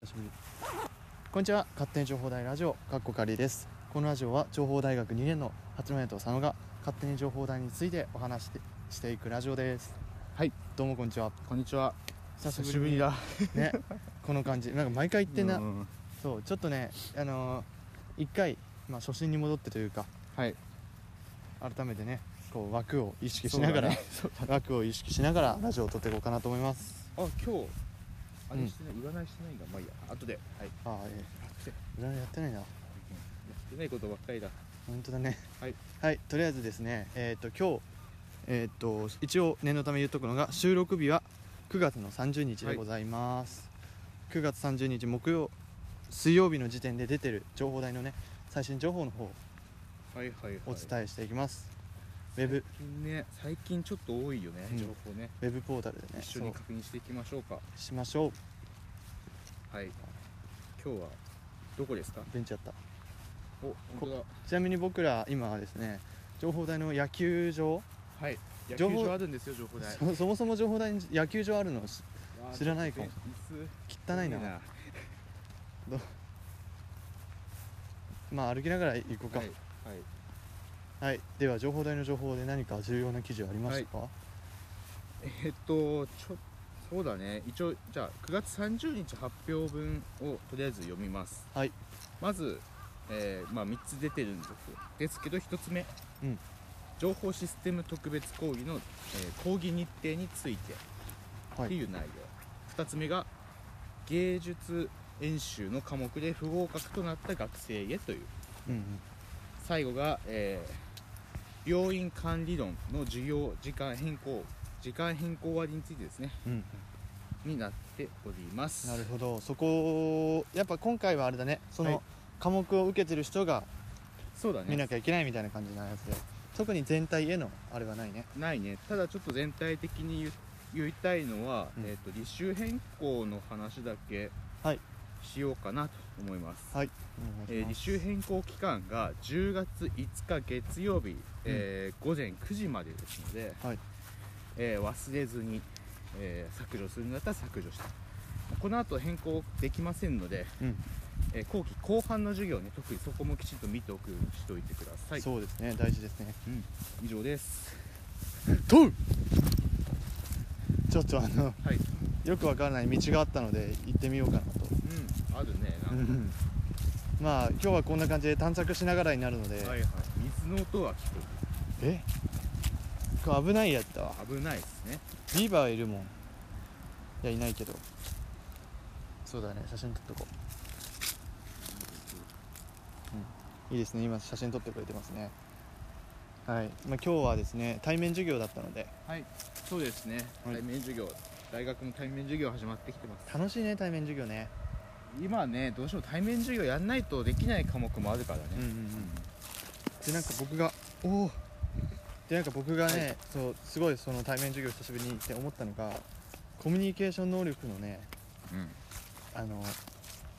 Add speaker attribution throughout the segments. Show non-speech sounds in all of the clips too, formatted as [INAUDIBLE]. Speaker 1: 久しぶりこんにちは勝手に情報大ラジオかっこかりですこのラジオは情報大学2年の八戸と佐野が勝手に情報大についてお話してしていくラジオです
Speaker 2: はい
Speaker 1: どうもこんにちは
Speaker 2: こんにちは
Speaker 1: 久しぶりだね [LAUGHS] この感じなんか毎回言ってんな、
Speaker 2: うんうん
Speaker 1: そうちょっとねあのー、一回まあ初心に戻ってというか
Speaker 2: はい
Speaker 1: 改めてねこう枠を意識しながら、枠を意識しながらラジオを撮っていこうかなと思います
Speaker 2: あ今日あ
Speaker 1: うん
Speaker 2: れしてない、占いしてないんだまあいいや後ではい
Speaker 1: ああえ
Speaker 2: 楽天
Speaker 1: え裏やってないな
Speaker 2: やってないことばっかりだ
Speaker 1: 本当だね
Speaker 2: はい
Speaker 1: はいとりあえずですねえっ、と今日えっ、と一応念のため言っとくのが収録日は9月の30日でございます、9月30日木曜水曜日の時点で出てる情報台のね最新情報の方を
Speaker 2: はいはいはい
Speaker 1: お伝えしていきます、ウェブ
Speaker 2: 最近ね最近ちょっと多いよね、
Speaker 1: うん
Speaker 2: 情報ね
Speaker 1: ウェブポータルでね
Speaker 2: 一緒に
Speaker 1: そ
Speaker 2: 確認していきましょうか
Speaker 1: うしましょう
Speaker 2: はい今日はどこですか
Speaker 1: ベンチやった
Speaker 2: お本当だ
Speaker 1: ちなみに僕ら今はですね情報台の野球場
Speaker 2: はい野
Speaker 1: 情
Speaker 2: 球
Speaker 1: 報
Speaker 2: 場あるんですよ情報台
Speaker 1: そそもそも情報台に野球場あるのし
Speaker 2: わー
Speaker 1: 知らないかも
Speaker 2: ちょっとね
Speaker 1: 汚い
Speaker 2: 椅子
Speaker 1: なまあ歩きながら行こうか
Speaker 2: は
Speaker 1: はいい、、では情報台の情報で何か重要な記事はありましたか、
Speaker 2: えっとちょそうだね一応じゃあ9月30日発表分をとりあえず読みます
Speaker 1: はい
Speaker 2: まず、えーまあ、3つ出てるんですですけど1つ目、
Speaker 1: うん
Speaker 2: 情報システム特別講義の、えー講義日程について
Speaker 1: はい
Speaker 2: っていう内容2つ目が芸術演習の科目で不合格となった学生へという
Speaker 1: うんうん
Speaker 2: 最後が、えー病院管理論の授業時間変更時間変更割についてですね
Speaker 1: うん
Speaker 2: になっております
Speaker 1: なるほどそこやっぱ今回はあれだねその、
Speaker 2: はい
Speaker 1: 科目を受けてる人が
Speaker 2: そうだ
Speaker 1: 見
Speaker 2: ね
Speaker 1: なきゃいけないみたいな感じのやつで特に全体へのあれはないね
Speaker 2: ないねただちょっと全体的に言う言いたいのは、
Speaker 1: うん
Speaker 2: えー、と履修変更の話だけ
Speaker 1: はい
Speaker 2: しようかなと思います、
Speaker 1: はいお
Speaker 2: え
Speaker 1: 願
Speaker 2: ー
Speaker 1: い
Speaker 2: 履
Speaker 1: し
Speaker 2: 修変更期間が10月5日月曜日、えー午前9時までですので、
Speaker 1: はい
Speaker 2: えー忘れずに、えー削除するんだったら削除してこの後変更できませんので、
Speaker 1: うん
Speaker 2: えー後期後半の授業ね特にそこもきちんと見ておくようにしておいてくだ
Speaker 1: ま
Speaker 2: さ
Speaker 1: す
Speaker 2: い
Speaker 1: そうですね大事ですね
Speaker 2: 以上です
Speaker 1: とちょっとあの
Speaker 2: はい
Speaker 1: よくわからない道があったので行ってみようかなと
Speaker 2: うんあるねなんか、
Speaker 1: まあ今日はこんな感じで探索しながらになるので、
Speaker 2: はいはい水の音は聞こ
Speaker 1: えこれ危ないやったわ
Speaker 2: える危ないですね
Speaker 1: ビーバーいるもんいやいないけどそうだね写真撮っとこういいですね今写真撮ってくれてますねはい、まあ、今日はですね対面授業だったので
Speaker 2: はいそうですね、
Speaker 1: はい
Speaker 2: 対面授業大学も対面授業始まってきてます
Speaker 1: 楽しいね対面授業ね
Speaker 2: 今ねどうしても対面授業やんないとできない科目もあるからね、
Speaker 1: うんうんうんでなんか僕がおおでなんか僕がね、
Speaker 2: は
Speaker 1: そうすごいその対面授業久しぶりに行って思ったのがコミュニケーション能力のね
Speaker 2: うん
Speaker 1: あの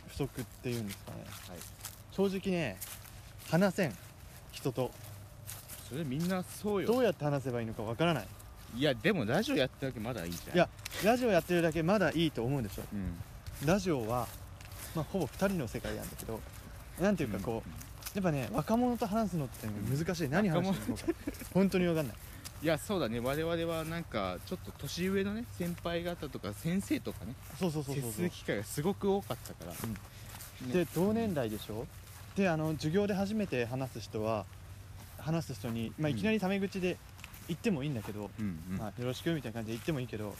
Speaker 1: 不足っていうんですかね
Speaker 2: はい、
Speaker 1: 正直ね話せん人と
Speaker 2: それみんなそうよ
Speaker 1: どうやって話せばいいのかわからない
Speaker 2: いやでもラジオやってるわけまだいいじゃん
Speaker 1: いやラジオやってるだけまだいいと思うでしょ
Speaker 2: うん
Speaker 1: ラジオは、まあ、ほぼ2人の世界なんだけどなんていうかこう、やっぱね若者と話すのって難しい何話してるのか本当にわかんない
Speaker 2: いやそうだね我々はなんかちょっと年上のね先輩方とか先生とかね
Speaker 1: そうそうそう
Speaker 2: 接
Speaker 1: そう
Speaker 2: する機会がすごく多かったから、ね
Speaker 1: で同年代でしょであの授業で初めて話す人は話す人に、まあ、
Speaker 2: うん
Speaker 1: いきなりタメ口で言ってもいいんだけど、
Speaker 2: うんうん、
Speaker 1: まあ、よろしくみたいな感じで言ってもいいけど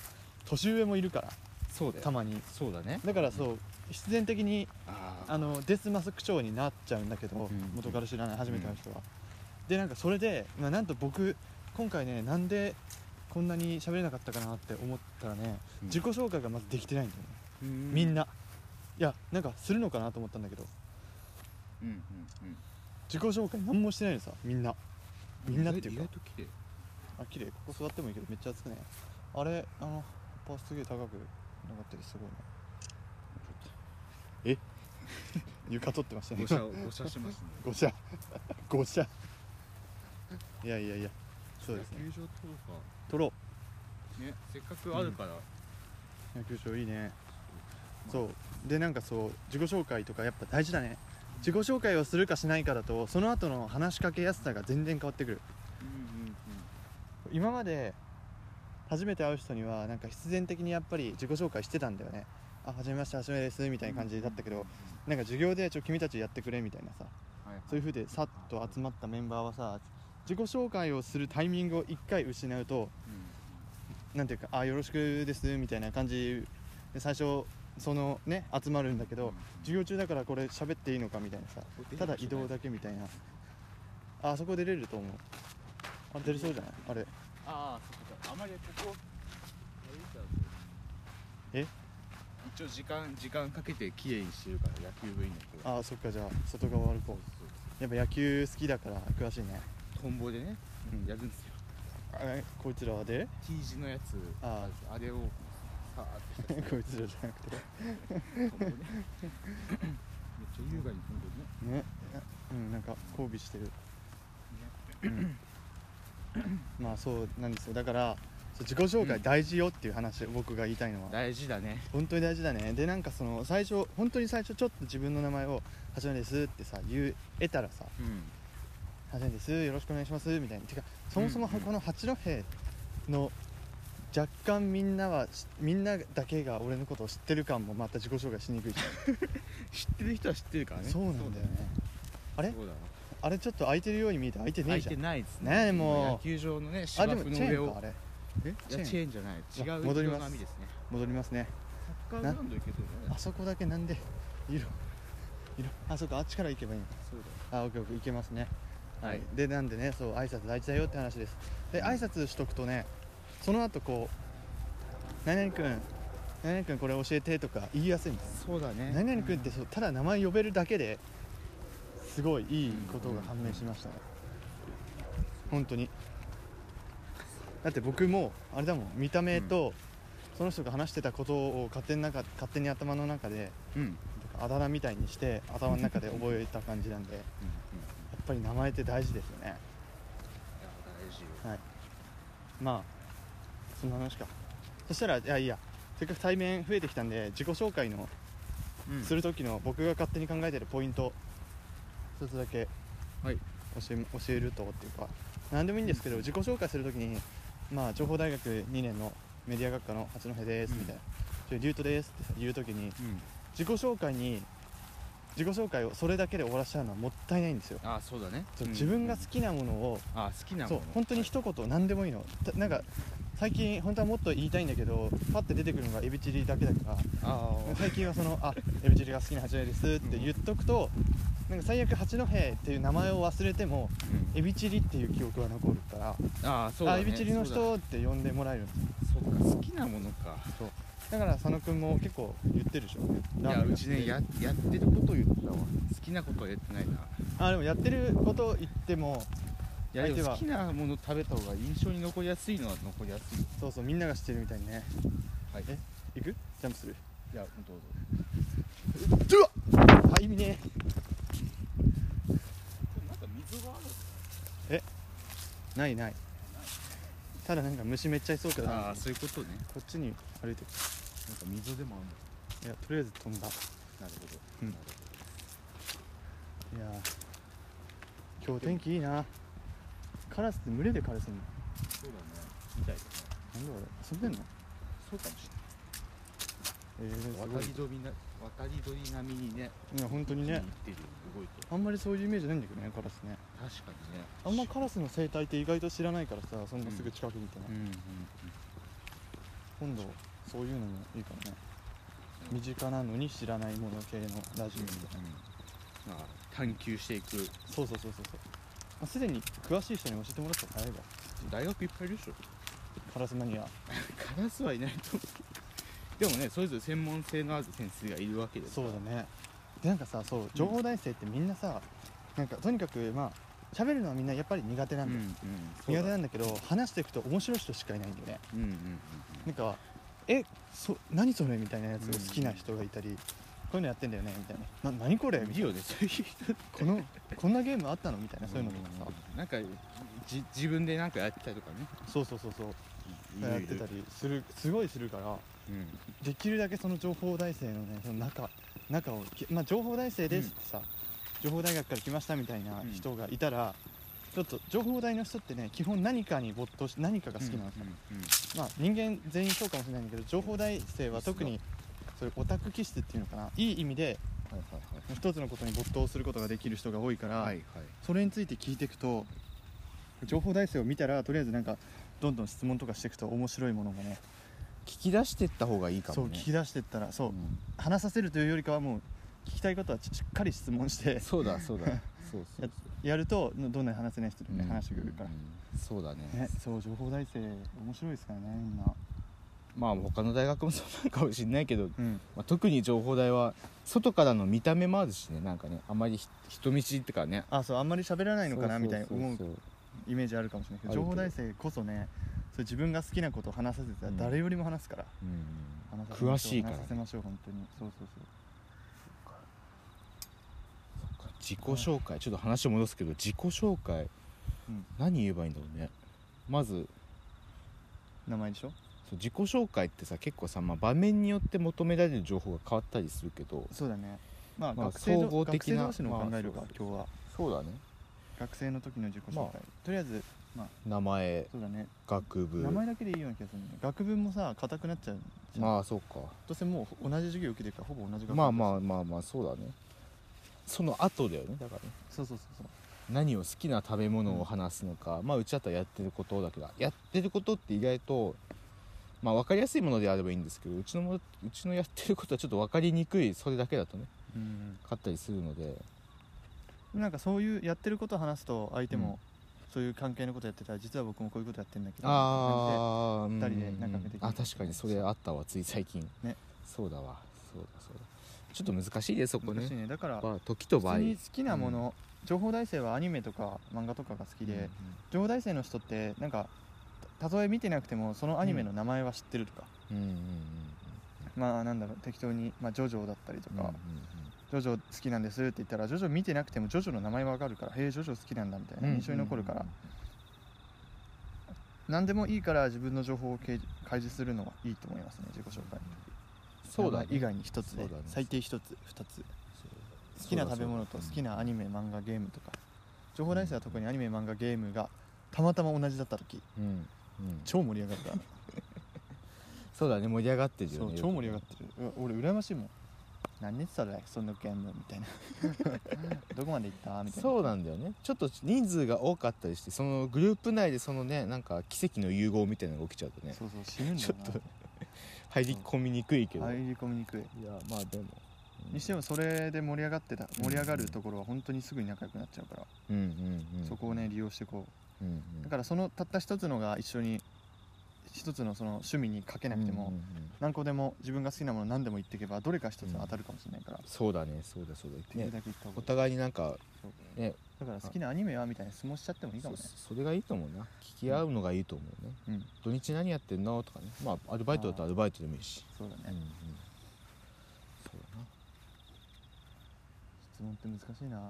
Speaker 1: 年上もいるから
Speaker 2: そうだよ
Speaker 1: たまに
Speaker 2: そうだね
Speaker 1: だからそう必然的に
Speaker 2: あー
Speaker 1: あのデスマス口調になっちゃうんだけど、
Speaker 2: うん
Speaker 1: 元から知らない初めての人は、でなんかそれで、まあ、なんと僕今回ねなんでこんなに喋れなかったかなって思ったらね、
Speaker 2: うん
Speaker 1: 自己紹介がまずできてないんだよね、
Speaker 2: う
Speaker 1: みんないやなんかするのかなと思ったんだけど
Speaker 2: うんうん
Speaker 1: 自己紹介何もしてないのさみんな
Speaker 2: うん
Speaker 1: みんなっていう
Speaker 2: 意
Speaker 1: か
Speaker 2: 外と綺麗
Speaker 1: あ綺麗ここ座ってもいいけどめっちゃ暑くないあれあの葉っぱすげえ高くなかったりすごいなえ [LAUGHS] 床取ってましたね
Speaker 2: ごしゃごしゃしますね
Speaker 1: ごしゃ [LAUGHS] ごしゃいやいやいやそうですね
Speaker 2: 野球場とか
Speaker 1: 取ろ
Speaker 2: ねせっかくあるから、
Speaker 1: う野球場いいねそうでなんかそう自己紹介とかやっぱ大事だね自己紹介をするかしないかだとその後の話しかけやすさが全然変わってくる今まで初めて会う人にはなんか必然的にやっぱり自己紹介してたんだよねあ初めまして初めですみたいな感じだったけど、なんか授業でちょ君たちやってくれみたいなさそういう風でさっと集まったメンバーはさ自己紹介をするタイミングを1回失うとなんていうか「あよろしくです」みたいな感じで最初そのね集まるんだけど、授業中だからこれ喋っていいのかみたいなさただ移動だけみたいなああそこ出れると思うあ出れそうじゃないあれ
Speaker 3: ああそっかあまりここ
Speaker 2: 一応時間時間かけてきれいにしてるから野球部員の子が
Speaker 1: ああそっかじゃあ外側歩こうやっぱ野球好きだから詳しいね
Speaker 2: トンボでね
Speaker 1: うん
Speaker 2: やるんですよ
Speaker 1: あれこいつらはで [LAUGHS]
Speaker 2: T 字のやつ
Speaker 1: あ
Speaker 2: あれをさーって
Speaker 1: こいつらじゃなくて
Speaker 2: トンボねめっちゃ優雅に飛んでるね
Speaker 1: ねうんなんか交尾してる、うん、まあそうなんですよだからそう自己紹介大事よっていう話、僕が言いたいのは
Speaker 2: 大事だね
Speaker 1: 本当に大事だねでなんかその最初本当に最初ちょっと自分の名前を「はじめです」ってさ言えたらさ「
Speaker 2: うん
Speaker 1: はじめですよろしくお願いします」みたいなてかそもそも
Speaker 2: うんうん
Speaker 1: この八戸の若干みんなはみんなだけが俺のことを知ってる感もまた自己紹介しにくいし、
Speaker 2: 知ってる人は知ってる [LAUGHS] からね
Speaker 1: そうなんだよねあれ
Speaker 2: そうだわ
Speaker 1: あれちょっと空いてるように見えて空いてね
Speaker 2: 空
Speaker 1: え
Speaker 2: い
Speaker 1: じゃん
Speaker 2: てないです
Speaker 1: ね
Speaker 2: ね
Speaker 1: えもう
Speaker 2: 野球場のね
Speaker 1: あ
Speaker 2: 芝
Speaker 1: で
Speaker 2: 生
Speaker 1: も
Speaker 2: の
Speaker 1: チェー
Speaker 2: 上
Speaker 1: ンか
Speaker 2: を
Speaker 1: あれ
Speaker 2: え
Speaker 1: チェーン
Speaker 2: いやチェーンじゃない違
Speaker 1: わ
Speaker 2: う
Speaker 1: 戻りま
Speaker 2: 色
Speaker 1: す
Speaker 2: の網ですね
Speaker 1: 戻りますね
Speaker 2: サッカーグラウンド行けてる
Speaker 1: あ
Speaker 2: ね
Speaker 1: そこだけなんで色色あそこあっちから行けばいいの
Speaker 2: そうだ
Speaker 1: あオッケーオッケーいけますね
Speaker 2: はい
Speaker 1: でなんでねそう挨拶大事だよって話ですで挨拶しとくとねその後こう「何々くん何々くんこれ教えて」とか言いやすいんです
Speaker 2: そうだね
Speaker 1: 何々くんってそうただ名前呼べるだけですごいいいことが判明しましたね本当にだって僕もあれだもん見た目と、その人が話してたことを勝手に中勝手に頭の中で
Speaker 2: うんうん
Speaker 1: あだ名みたいにして頭の中で覚えた感じなんでやっ
Speaker 2: うん
Speaker 1: ぱり名前って大事ですよね
Speaker 2: いや大事よ
Speaker 1: まあそんな話かそしたらいやいいやせっかく対面増えてきたんで自己紹介の
Speaker 2: うん
Speaker 1: する時の僕が勝手に考えてるポイント一つだけ教
Speaker 2: はい
Speaker 1: え,、教えるとっていうか何でもいいんですけど自己紹介する時にまあ情報大学2年のメディア学科の八戸です
Speaker 2: うん
Speaker 1: みたいな「ちょリュートです」って言う時に
Speaker 2: うん
Speaker 1: 自己紹介に自己紹介をそれだけで終わらせちゃうのはもったいないんですよ
Speaker 2: あそうだね
Speaker 1: そう自分が好きなものを
Speaker 2: あ好きな
Speaker 1: そ
Speaker 2: も
Speaker 1: う
Speaker 2: の
Speaker 1: 本当に一言何でもいいのたなんか最近本当はもっと言いたいんだけどパッて出てくるのがエビチリだけだから
Speaker 2: あー
Speaker 1: 最近はその「あエビチリが好きな八戸です」って言っとくと、なんか最悪八戸っていう名前を忘れてもエビチリっていう記憶は残るから、
Speaker 2: うんあーそうだ
Speaker 1: あ
Speaker 2: ね
Speaker 1: エビチリの
Speaker 2: そ
Speaker 1: 人
Speaker 2: う
Speaker 1: って呼んでもらえるんですよ
Speaker 2: だそうか好きなものか
Speaker 1: そうだから佐野君も結構言ってるでしょ
Speaker 2: い
Speaker 1: ラー
Speaker 2: や
Speaker 1: メン
Speaker 2: うちねややってることを言ってたわ好きなことはやってないな
Speaker 1: あでもやってることを言っても
Speaker 2: いや
Speaker 1: 相手
Speaker 2: でも
Speaker 1: は
Speaker 2: 好きなもの食べた方が印象に残りやすいのは残りやすい
Speaker 1: そうそうみんなが知ってるみたいにね
Speaker 2: はい
Speaker 1: え行くジャンプする
Speaker 2: いやどうぞ
Speaker 1: あ意味ね
Speaker 3: なんか水がある
Speaker 1: えないないただなんか虫めっちゃいそうから
Speaker 2: あ
Speaker 1: こ
Speaker 2: あそういうことね
Speaker 1: っちに歩いて
Speaker 2: なんか溝でもあるんだ
Speaker 1: るいやとりあえず飛んだ
Speaker 2: なるほど、
Speaker 1: うん
Speaker 2: なるほ
Speaker 1: い
Speaker 2: ど
Speaker 1: やー今日天気いいなカラスって群れでカラスに
Speaker 2: そうだねみたいだね
Speaker 1: なんだあれ遊んでんの
Speaker 2: そうかもし
Speaker 1: えー、
Speaker 2: れ
Speaker 1: す
Speaker 2: な
Speaker 1: ご
Speaker 2: い渡
Speaker 1: い
Speaker 2: り鳥な渡り鳥並みにね
Speaker 1: いや本当に
Speaker 2: 行っ
Speaker 1: ね
Speaker 2: てるよ動いてる
Speaker 1: あんまりそういうイメージないんだけどねカラスね
Speaker 2: 確かにね
Speaker 1: あんまカラスの生態って意外と知らないからさそんなすぐ近くにいてね
Speaker 2: う、んうんうん
Speaker 1: 今度そういうのもいいかもね身近なのに知らないもの系のラジオみたいな、
Speaker 2: まあ探求していく
Speaker 1: そうそうそうそうそうまあすでに詳しい人に教えてもらったら早いわ
Speaker 2: 大学いっぱいいるでしょ
Speaker 1: カラスマニア
Speaker 2: カラスはいないと思うでもねそれぞれ専門性のある先生がいるわけで
Speaker 1: そうだねでなんかさそう情報大生ってみんなさ、なんかとにかくまあ喋るのはみんなやっぱり苦手な
Speaker 2: うんん
Speaker 1: だ
Speaker 2: う
Speaker 1: よ、苦
Speaker 2: ん
Speaker 1: 手な
Speaker 2: ね
Speaker 1: んだけど話していくと面白い人しかいないんだよね
Speaker 2: うんうんうん
Speaker 1: なんか「えそ何それ?」みたいなやつを好きな人がいたり、こういうのやってんだよねみたいな「な何これ?」
Speaker 2: う
Speaker 1: み
Speaker 2: んい
Speaker 1: たい
Speaker 2: い
Speaker 1: な
Speaker 2: よねそういう [LAUGHS] 人
Speaker 1: 「このこんなゲームあったの?」みたいなそういうのとかさ、
Speaker 2: なんかじ自分でなんかやってたりとかね
Speaker 1: そうそうそうそうやってた
Speaker 2: り、
Speaker 1: りするすごいするから
Speaker 2: うん
Speaker 1: できるだけその情報大生のねその中中をきまあ、情報大生ですってさ、情報大学から来ましたみたいな人がいたら、ちょっと情報大の人ってね基本何かに没頭し何かが好きなの、
Speaker 2: うんうん
Speaker 1: まあ人間全員そうかもしれないんだけど情報大生は特にそういうオタク気質っていうのかないい意味で
Speaker 2: はい
Speaker 1: 一つのことに没頭することができる人が多いから、
Speaker 2: はいはいはいはい
Speaker 1: それについて聞いていくと情報大生を見たらとりあえずなんかどんどん質問とかしていくと面白いものがね
Speaker 2: 聞き出してった方がいいか
Speaker 1: そう
Speaker 2: も
Speaker 1: 聞
Speaker 2: ね
Speaker 1: き出してったらそう、
Speaker 2: うん
Speaker 1: 話させるというよりかはもう聞きたいことはしっかり質問して
Speaker 2: そうだそうだそうそう
Speaker 1: [LAUGHS] ややるとどんなに話せない人でもね、
Speaker 2: うん
Speaker 1: 話してくれるから
Speaker 2: う、んそうだね
Speaker 1: ね、そう情報大生面白いですからねみんな、
Speaker 2: まあ他の大学もそうなのかもしれないけど、
Speaker 1: うん、
Speaker 2: まあ、特に情報大は外からの見た目もあるしねなんかねあまりひ人見知りってかね
Speaker 1: あそうあんまり喋らな
Speaker 2: ない
Speaker 1: のかなみたいな思う
Speaker 2: そう
Speaker 1: イメージあるかもしれないけど
Speaker 2: あ
Speaker 1: 情
Speaker 2: るけ
Speaker 1: 報
Speaker 2: ど
Speaker 1: 大生こそねそう自分が好きなことを話させたら
Speaker 2: うん
Speaker 1: 誰よりも話すから、
Speaker 2: うん
Speaker 1: 話させまょう
Speaker 2: 詳しいから
Speaker 1: 話させましょう本当にそうそうそう
Speaker 2: 自己紹介ちょっと話を戻すけど自己紹介、
Speaker 1: うん
Speaker 2: 何言えばいいんだろうねまず
Speaker 1: 名前でしょ
Speaker 2: そう自己紹介ってさ結構さ、まあ、場面によって求められる情報が変わったりするけど
Speaker 1: そうだねまあ、
Speaker 2: まあ
Speaker 1: 学生の
Speaker 2: 総合的な
Speaker 1: 学生同士の考えるか、
Speaker 2: まあそうそう
Speaker 1: 今日は
Speaker 2: そうだね
Speaker 1: 学生の時の自己紹介、
Speaker 2: まあ
Speaker 1: とりあえず
Speaker 2: 名前
Speaker 1: そうだね
Speaker 2: 学部
Speaker 1: 名前だけでいいような気がするね学部もさ硬くなっちゃうじゃん、
Speaker 2: まあそうか
Speaker 1: どうせもう同じ授業受けてるからほぼ同じ学部
Speaker 2: まあまあまあまあそうだねその後だよねだからね
Speaker 1: そうそうそうそう
Speaker 2: 何を好きな食べ物を話すのか、まあうちだったらやってることだけどやってることって意外とまあ分かりやすいものであればいいんですけどうちのもうちのやってることはちょっと分かりにくいそれだけだとね
Speaker 1: うん
Speaker 2: かったりするので
Speaker 1: なんかそういうやってることを話すと相手
Speaker 2: うん
Speaker 1: もそういう関係のことやってたら実は僕もこういうことやってんだけど
Speaker 2: ああ
Speaker 1: 二人で仲良くできる
Speaker 2: あ確かにそれあったわつい最近
Speaker 1: ね
Speaker 2: そうだわそうだそうだちょっと難しいねそこ
Speaker 1: 難しい
Speaker 2: ね
Speaker 1: ねだから
Speaker 2: まあ時と
Speaker 1: 普
Speaker 2: 場合
Speaker 1: 通に好きなもの、情報大生はアニメとか漫画とかが好きで、
Speaker 2: うんうん
Speaker 1: 情報大生の人ってなんかたたとえ見てなくてもそのアニメの名前は知ってるとか、
Speaker 2: うんうんうん
Speaker 1: まあなんだろう適当に、まあ、ジョジョだったりと
Speaker 2: うんうんう
Speaker 1: か
Speaker 2: ん、
Speaker 1: ジョジョ好きなんですって言ったらジョジョ見てなくてもジョジョの名前わかるからへえジョジョ好きなんだみたいな印象に残るから、何でもいいから自分の情報をけい開示するのはいいと思いますね自己紹介
Speaker 2: そうだね
Speaker 1: 名前以外に一つで、
Speaker 2: そうだね
Speaker 1: 最低一つ二つ好きな食べ物と好きなアニメ漫画ゲームとか情報大生は特にアニメ漫画ゲームがたまたま同じだった時
Speaker 2: うんうん
Speaker 1: 超盛り上がった
Speaker 2: そうだね盛り上がってる
Speaker 1: そ
Speaker 2: よ
Speaker 1: う
Speaker 2: ね
Speaker 1: 超盛り上がってるうわ俺羨ましいもん何言ってたらそんなゲームみたいなどこまで行ったみたいな
Speaker 2: そうなんだよねちょっと人数が多かったりしてそのグループ内でそのねなんか奇跡の融合みたいなのが起きちゃうとね
Speaker 1: そうそう死ぬんだよな
Speaker 2: ちょっ入り込みにくいけど、
Speaker 1: 入
Speaker 2: い
Speaker 1: り込みにくい
Speaker 2: やまあでも
Speaker 1: にしてもそれで盛り上がってた盛り上がるところは本当にすぐに仲良くなっちゃうから、
Speaker 2: うんうんうん
Speaker 1: そこをね利用してこう
Speaker 2: うんうん
Speaker 1: だからそのたった一つのが一緒に一つのその趣味にかけなくても、
Speaker 2: うんうんうん
Speaker 1: 何個でも自分が好きなもの何でも言っていけばどれか一つに当たるかもしれないから、
Speaker 2: そうだねそうだそうだ、
Speaker 1: でき
Speaker 2: ね
Speaker 1: る、だけ言った方
Speaker 2: お
Speaker 1: がいい
Speaker 2: 互いになんかね
Speaker 1: だから好きなアニメはみたいな質問しちゃってもいいかもね
Speaker 2: そそれがいいと思うな聞き合うのがいいと思うね、
Speaker 1: うん
Speaker 2: 土日何やってんのとかねまあアルバイトだったらアルバイトでもいいし
Speaker 1: そうだね、
Speaker 2: うんうんそうだな
Speaker 1: 質問って難しいな
Speaker 2: ね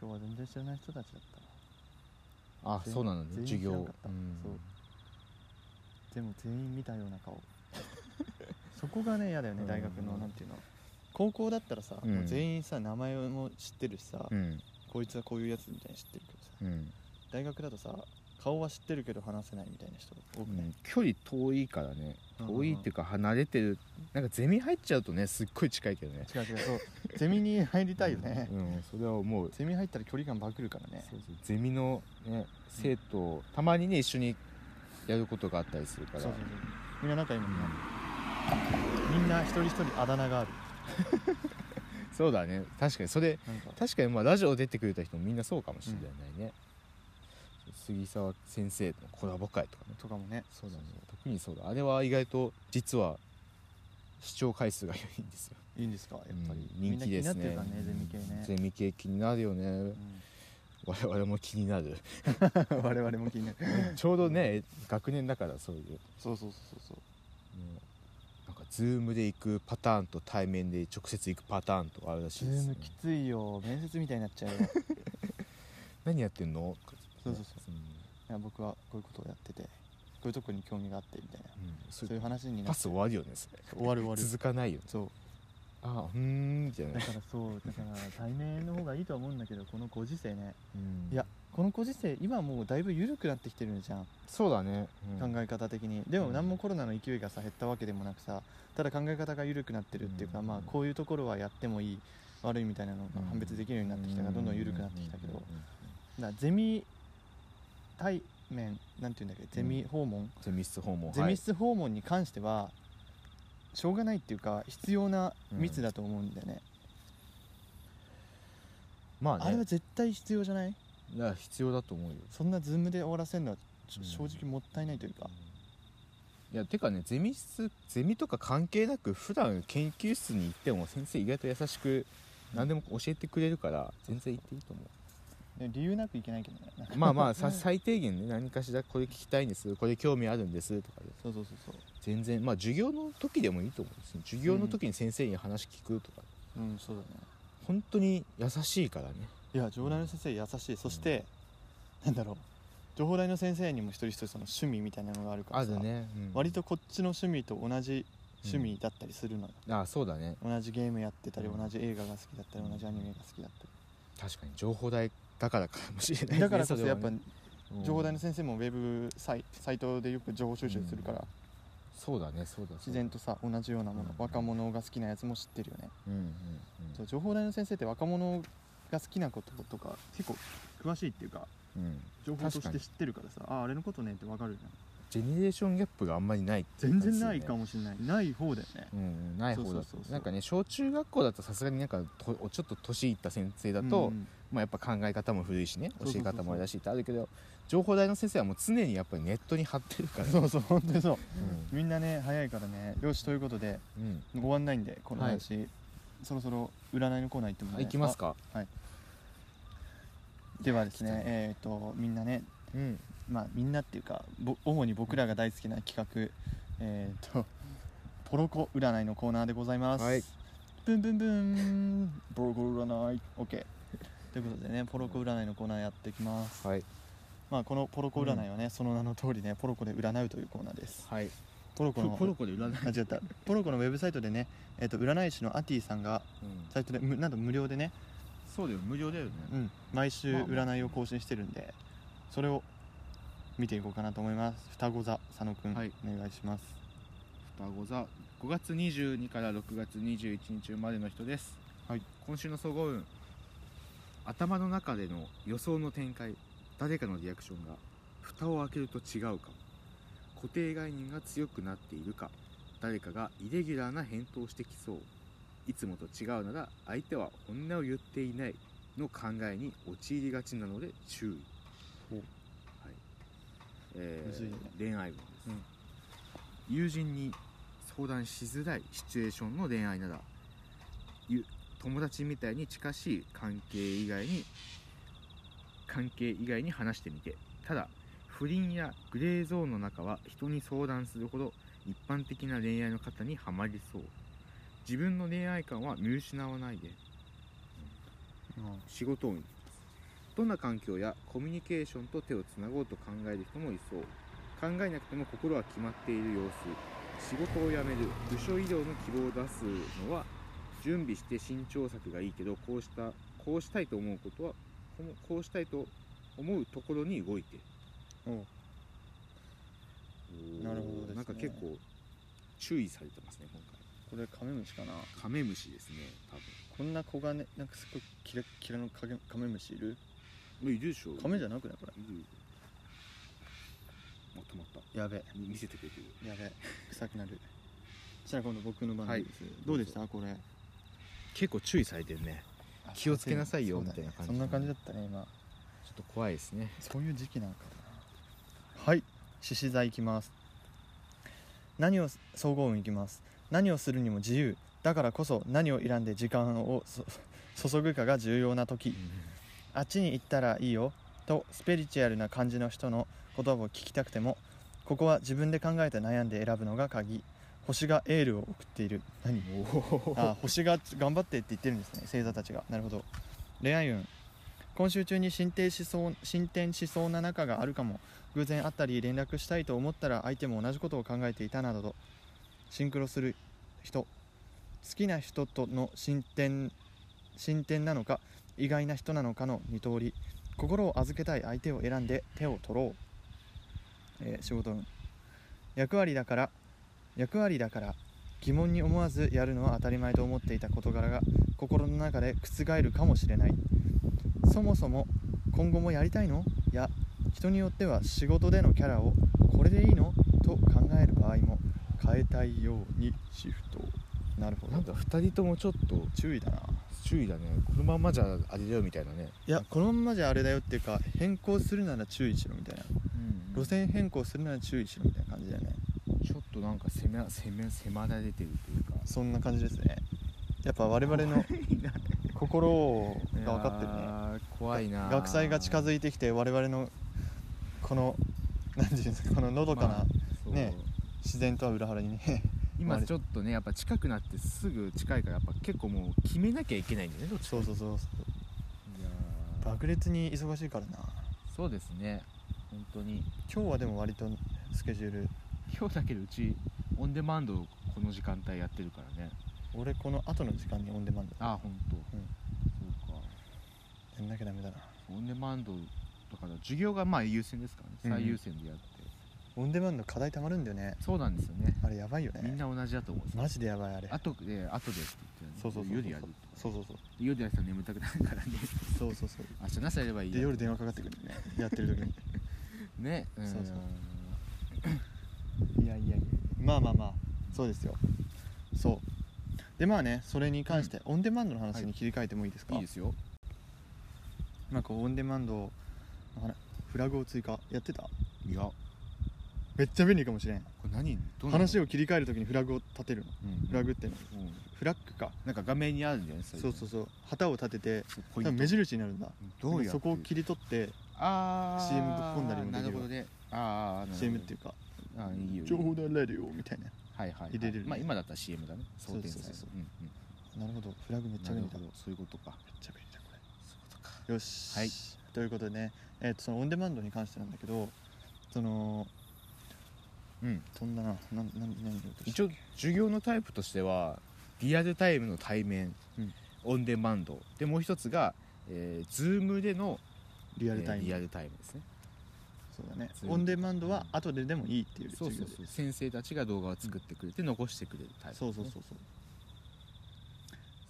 Speaker 1: 今日は全然知らない人たちだった
Speaker 2: あ
Speaker 1: 全
Speaker 2: そうなのね
Speaker 1: 全員
Speaker 2: 授業
Speaker 1: 知らなかった
Speaker 2: うん
Speaker 1: そうでも全員見たような
Speaker 2: [LAUGHS]
Speaker 1: 顔そこがね嫌だよね大学の
Speaker 2: うん
Speaker 1: なんていうの高校だったらさ、
Speaker 2: うん
Speaker 1: もう全員さ名前も知ってるしさ、
Speaker 2: うん
Speaker 1: こいつはこういうやつみたいに知ってるけどさ
Speaker 2: うん
Speaker 1: 大学だとさ顔は知ってるけど話せないみたいな人多く
Speaker 2: う
Speaker 1: ない、
Speaker 2: ん距離遠いからね
Speaker 1: うん
Speaker 2: 遠いっていうか離れてるなんかゼミ入っちゃうとねすっごい近いけどね
Speaker 1: 違う違うそうゼミに入りたいよね、
Speaker 2: うんそれは思う
Speaker 1: ゼミ入ったら距離感バグるからね
Speaker 2: そうそうゼミの、ね、生徒たまにね一緒にやることがあったりするから
Speaker 1: そうそうそうみんな仲いいもんね、みんな一人一人あだ名がある
Speaker 2: そうだね確かにそれ
Speaker 1: なんか
Speaker 2: 確かにまあラジオ出てくれた人もみんなそうかもしれないね、杉沢先生のコラボ会とかね
Speaker 1: とかもね
Speaker 2: そうだね特にそうだあれは意外と実は視聴回数が良いんですよ
Speaker 1: いいんですかやっぱり、
Speaker 2: うん
Speaker 1: みん
Speaker 2: 人気ですね
Speaker 1: な気になってるからねゼミ系ね、
Speaker 2: ゼミ系気になるよね、我々も気に
Speaker 1: [LAUGHS]
Speaker 2: なる
Speaker 1: うん我々も気になる
Speaker 2: ちょうどね学年だからそういうも
Speaker 1: そうそうそうそう
Speaker 2: うなんかズームで行くパターンと対面で直接行くパターンとかあるらし
Speaker 1: ズ
Speaker 2: いです、
Speaker 1: ーム
Speaker 2: ね、
Speaker 1: きついよ面接みたいになっちゃうよ
Speaker 2: 何やってんの
Speaker 1: そうそうそう
Speaker 2: うん
Speaker 1: いや僕はこういうことをやっててういうとこに興味があってみたいなそ
Speaker 2: そ
Speaker 1: ういう
Speaker 2: れ
Speaker 1: 話にな
Speaker 2: パ
Speaker 1: って
Speaker 2: ス終わるよねそれ
Speaker 1: 終わる終わる
Speaker 2: 続かないよね
Speaker 1: そう
Speaker 2: ああうーんじゃな
Speaker 1: だ
Speaker 2: い、
Speaker 1: からそうだから対面の方がいいとは思うんだけどこのご時世ね
Speaker 2: うん
Speaker 1: いやこのご時世今もうだいぶ緩くなってきてるじゃん、
Speaker 2: そうだね、うん
Speaker 1: 考え方的にでも
Speaker 2: うん
Speaker 1: 何もコロナの勢いがさ減ったわけでもなくさただ考え方が緩くなってるっていうか、
Speaker 2: うん
Speaker 1: まあこういうところはやってもいい悪いみたいなのが判別できるようになってきたからどんどん緩くなってきたけどだ
Speaker 2: うん
Speaker 1: からゼミ対面なんて言うんだっけゼミ訪問、
Speaker 2: ゼミ室訪問
Speaker 1: ゼ
Speaker 2: はい
Speaker 1: ミ室訪問に関してはしょうがないっていうか必要な密だと思うんだよね、
Speaker 2: まあね
Speaker 1: あれは絶対必要じゃない
Speaker 2: だから必要だと思うよ
Speaker 1: そんなズームで終わらせるのはちょ
Speaker 2: うん
Speaker 1: 正直もったいないというか、
Speaker 2: いやてかねゼミ室ゼミとか関係なく普段研究室に行っても先生意外と優しく何でも教えてくれるから全然行っていいと思
Speaker 1: で理由なくいけないけどねなんか
Speaker 2: うまあま
Speaker 1: [LAUGHS]
Speaker 2: あさ最低限ね何かしらこれ聞きたいんですこれ興味あるんですとかで
Speaker 1: そうそうそうそう
Speaker 2: 全然まあ授業の時でもいいと思うんですよ授業の時に先生に話聞くとか、
Speaker 1: うんそうだね
Speaker 2: 本当に優しいからね
Speaker 1: いや上大の先生優しいそして、なんだろう情報大の先生にも一人一人その趣味みたいなのがあるから
Speaker 2: あ
Speaker 1: さ
Speaker 2: るね、うん
Speaker 1: 割とこっちの趣味と同じ趣味だったりするのよ、
Speaker 2: ああそうだね
Speaker 1: 同じゲームやってたり
Speaker 2: うん
Speaker 1: 同じ映画が好きだったり同じアニメが好きだった
Speaker 2: 確かに情報代だからかもしれない
Speaker 1: り
Speaker 2: ね
Speaker 1: だからこそ
Speaker 2: れ
Speaker 1: や
Speaker 2: は
Speaker 1: っ
Speaker 2: ね
Speaker 1: ぱ
Speaker 2: うん
Speaker 1: 情報大の先生もウェブサイサイトでよく情報収集するから、
Speaker 2: うんそうだねそうだそうだ
Speaker 1: 自然とさ同じようなもの、
Speaker 2: うん
Speaker 1: 若者が好きなやつも知ってるよね、
Speaker 2: うんうん
Speaker 1: そう情報大の先生って若者が好きなこととか結構詳しいっていうか
Speaker 2: うんうん
Speaker 1: 情報とし
Speaker 2: 確か
Speaker 1: て
Speaker 2: に
Speaker 1: 知ってるからさああれのことねってわかるじゃん
Speaker 2: ジェネレーションギャップがあんまりないって
Speaker 1: 全
Speaker 2: う感じ
Speaker 1: 然
Speaker 2: ですよ
Speaker 1: な
Speaker 2: ね
Speaker 1: いかもしれないない方だよね
Speaker 2: うんうんない方
Speaker 1: そうそ
Speaker 2: だ
Speaker 1: うそうそう
Speaker 2: なんかね小中学校だとさすがになんかとちょっと年いった先生だと、
Speaker 1: うん
Speaker 2: まあ、やっぱ考え方も古いしね
Speaker 1: そう
Speaker 2: 教
Speaker 1: そうそ
Speaker 2: え
Speaker 1: うそう
Speaker 2: 方もあれだしってあるけど情報大の先生はもう常にやっぱりネットに貼ってるから、
Speaker 1: そうそう [LAUGHS] 本当にそう
Speaker 2: う
Speaker 1: みんなね早いからねよしということで
Speaker 2: んう
Speaker 1: 終
Speaker 2: ん
Speaker 1: わんないんでこの話、そろそろ占いのコーナー行っても
Speaker 2: あ
Speaker 1: らえ
Speaker 2: 行きますか
Speaker 1: ではです
Speaker 2: 来
Speaker 1: ね
Speaker 2: た
Speaker 1: えっ、とみんなね
Speaker 2: うん
Speaker 1: まあみんなっていうかぼ主に僕らが大好きな企画、えっ、とポロコ占いのコーナーでございます、
Speaker 2: はい
Speaker 1: ブンブンブンポロコ占い OK ということでねポロコ占いのコーナーやっていきます
Speaker 2: はい
Speaker 1: まあこのポロコ占いはね、その名の通りねポロコで占うというコーナーです
Speaker 2: はい
Speaker 1: ポロコの
Speaker 2: コで占い
Speaker 1: あ違ったポロコのウェブサイトでね、えっと占い師のアティさんがサイトでむなんと無料でね、
Speaker 2: そうだよ無料だよね
Speaker 1: うん、毎週
Speaker 2: まあまあ
Speaker 1: 占いを更新してるんでそれを見ていこうかなと思います双子座佐野くん、
Speaker 2: はい
Speaker 1: お願いします
Speaker 2: 双子座5月22から6月21日生まれの人です、
Speaker 1: はい、
Speaker 2: 今週の総合運頭の中での予想の展開誰かのリアクションが蓋を開けると違うか固定概念が強くなっているか誰かがイレギュラーな返答をしてきそういつもと違うなら相手は本音を言っていないの考えに陥りがちなので注意
Speaker 1: ほう
Speaker 2: はいえー
Speaker 1: むずいね
Speaker 2: 恋愛運です、
Speaker 1: うん
Speaker 2: 友人に相談しづらいシチュエーションの恋愛ならゆ友達みたいに近しい関係以外に関係以外に話してみてただ不倫やグレーゾーンの中は人に相談するほど一般的な恋愛の方にはまりそう自分の恋愛観は見失わないで仕事運どんな環境やコミュニケーションと手をつなごうと考える人もいそう考えなくても心は決まっている様子仕事を辞める部署移動の希望を出すのは準備して慎重策がいいけどこうしたこうしたいと思うことはこのこうしたいと思うところに動いて
Speaker 1: うん
Speaker 2: おー
Speaker 1: なるほどですね
Speaker 2: なんか結構注意されてますね今
Speaker 1: これカメムシかな
Speaker 2: 回カメムシですね多
Speaker 1: こんな子がねなんかすごいキラッキラのカゲカメムシいる
Speaker 2: 分いるでしょ
Speaker 1: カメじ
Speaker 2: ゃ
Speaker 1: ゃなくないこれ
Speaker 2: いるいるあ止まった
Speaker 1: やべ
Speaker 2: 見見せてくれてる
Speaker 1: やべ臭くなるそしたら今度僕の番
Speaker 2: は
Speaker 1: 組
Speaker 2: い
Speaker 1: です、どうでしたこれ
Speaker 2: 結構注意されてるね気をつけなさいよ
Speaker 1: そうだね
Speaker 2: みたいな感
Speaker 1: そ
Speaker 2: じ
Speaker 1: んな感じだったね今
Speaker 2: ちょっと怖いですね
Speaker 1: そういう時期なのかなはい獅子座いきます何を総合運いきます何をするにも自由だからこそ何を選んで時間をそ [LAUGHS] 注ぐかが重要な時あっちに行ったらいいよとスピリチュアルな感じの人の言葉を聞きたくてもここは自分で考えて悩んで選ぶのが鍵星がエールを送っている何
Speaker 2: おお
Speaker 1: あ星が頑張ってって言ってるんですね星座たちがなるほど恋愛運今週中に進展しそう進展しそうな中があるかも偶然会ったり連絡したいと思ったら相手も同じことを考えていたなどとシンクロする人好きな人との進展進展なのか意外な人なのかの二通り心を預けたい相手を選んで手を取ろう、えー仕事運役割だから役割だから疑問に思わずやるのは当たり前と思っていた事柄が心の中で覆るかもしれないそもそも今後もやりたいのいや人によっては仕事でのキャラをこれでいいのと考える場合も変えたいようにシフトなるほ
Speaker 2: なん
Speaker 1: ど
Speaker 2: か2人ともちょっと
Speaker 1: 注意だな
Speaker 2: 注意だねこのまんまじゃあれだよみたいなね
Speaker 1: いやこのまんまじゃあれだよっていうか変更するなら注意しろみたいな
Speaker 2: うん
Speaker 1: 路線変更するなら注意しろみたいな感じだよね
Speaker 2: ちょっとなんか攻め攻め迫られてるというか
Speaker 1: そんな感じですねやっぱ我々の心をが分かってるね
Speaker 2: ね怖いな
Speaker 1: 学祭が近づ
Speaker 2: い
Speaker 1: いてきて我々のこの何ていうんですかこののどかなね自然とは裏腹にね
Speaker 2: [LAUGHS] 今
Speaker 1: まあ
Speaker 2: ちょっとねやっぱ近くなってすぐ近いからやっぱ結構もう決めなきゃいけないんだよねどっちか
Speaker 1: そうそうそう
Speaker 2: いやー
Speaker 1: 爆裂に忙しいからな
Speaker 2: そうですね本当に
Speaker 1: 今日はでも割とスケジュール
Speaker 2: 今日だけでうちオンデマンドをこの時間帯やってるからね
Speaker 1: 俺この後の時間にオンデマンド
Speaker 2: ああ本当、そうか
Speaker 1: やんなきゃダメだな
Speaker 2: オンデマンドだから授業がまあ優先ですからね
Speaker 1: うん
Speaker 2: 最優先でやって、
Speaker 1: オンデマンド課題たまるんだよね
Speaker 2: そうなんですよね
Speaker 1: あれやばいよね
Speaker 2: みんな同じだと思うんですよ
Speaker 1: マジでやばいあれ
Speaker 2: 後で後でって言ってた
Speaker 1: そうそうそう
Speaker 2: 夜やるとか
Speaker 1: そうそうそう
Speaker 2: 夜やったら眠たくなるからね [LAUGHS]
Speaker 1: そうそうそう
Speaker 2: 明日なさやればいい
Speaker 1: で
Speaker 2: や
Speaker 1: 夜電話かかってくるねやってる時に
Speaker 2: ねうん
Speaker 1: そうそういやいやいやまあまあまあそうですよそうでまあねそれに関して、オンデマンドの話に切り替えてもいいですか、
Speaker 2: いいですよ
Speaker 1: なんかオンデマンドの話フラグを追加やってた
Speaker 2: いやこ
Speaker 1: めっちゃ便利かもしれん
Speaker 2: れ何どうなの
Speaker 1: 話を切り替える時にフラグを立てるの
Speaker 2: うん
Speaker 1: フラグっての
Speaker 2: うん
Speaker 1: フラッグか
Speaker 2: なんか画面にあるんじゃない
Speaker 1: そうそうそう旗を立てて
Speaker 2: そう
Speaker 1: 多
Speaker 2: ポイント
Speaker 1: 分目印になるんだ
Speaker 2: どうやって
Speaker 1: そこを切り取って
Speaker 2: あー
Speaker 1: CM ぶっ込んだりもできるわ
Speaker 2: なるほどねあーあーなるほど
Speaker 1: CM っていうか
Speaker 2: あーいいよいい
Speaker 1: 情
Speaker 2: よ
Speaker 1: 報でラディオみたいな
Speaker 2: はいはいはい
Speaker 1: 入れれるね
Speaker 2: まあ今だったら CM だね想定
Speaker 1: そうそうそうそう
Speaker 2: うんうん
Speaker 1: なるほどフラグめっちゃ
Speaker 2: な
Speaker 1: 便
Speaker 2: る
Speaker 1: 利だ
Speaker 2: ほどそういうことか
Speaker 1: めっちゃ便利だこれ
Speaker 2: そういうことか
Speaker 1: よし、
Speaker 2: はい
Speaker 1: ということでね、えー、とそのオンデマンドに関してなんだけどその
Speaker 2: うん
Speaker 1: 飛んだななんなん何言おうとした
Speaker 2: 一応授業のタイプとしてはリアルタイムの対面、
Speaker 1: うん
Speaker 2: オンデマンドでもう一つが、えー、Zoom での
Speaker 1: リアルタイ
Speaker 2: えー
Speaker 1: ム、
Speaker 2: リアルタイムですね
Speaker 1: そうだね
Speaker 2: ズーム
Speaker 1: オンデマンドは後ででもいいっていう
Speaker 2: そう
Speaker 1: 授業
Speaker 2: そ
Speaker 1: で
Speaker 2: うそう先生たちが動画を作ってくれて残してくれるタイプ、
Speaker 1: そうそうそうそう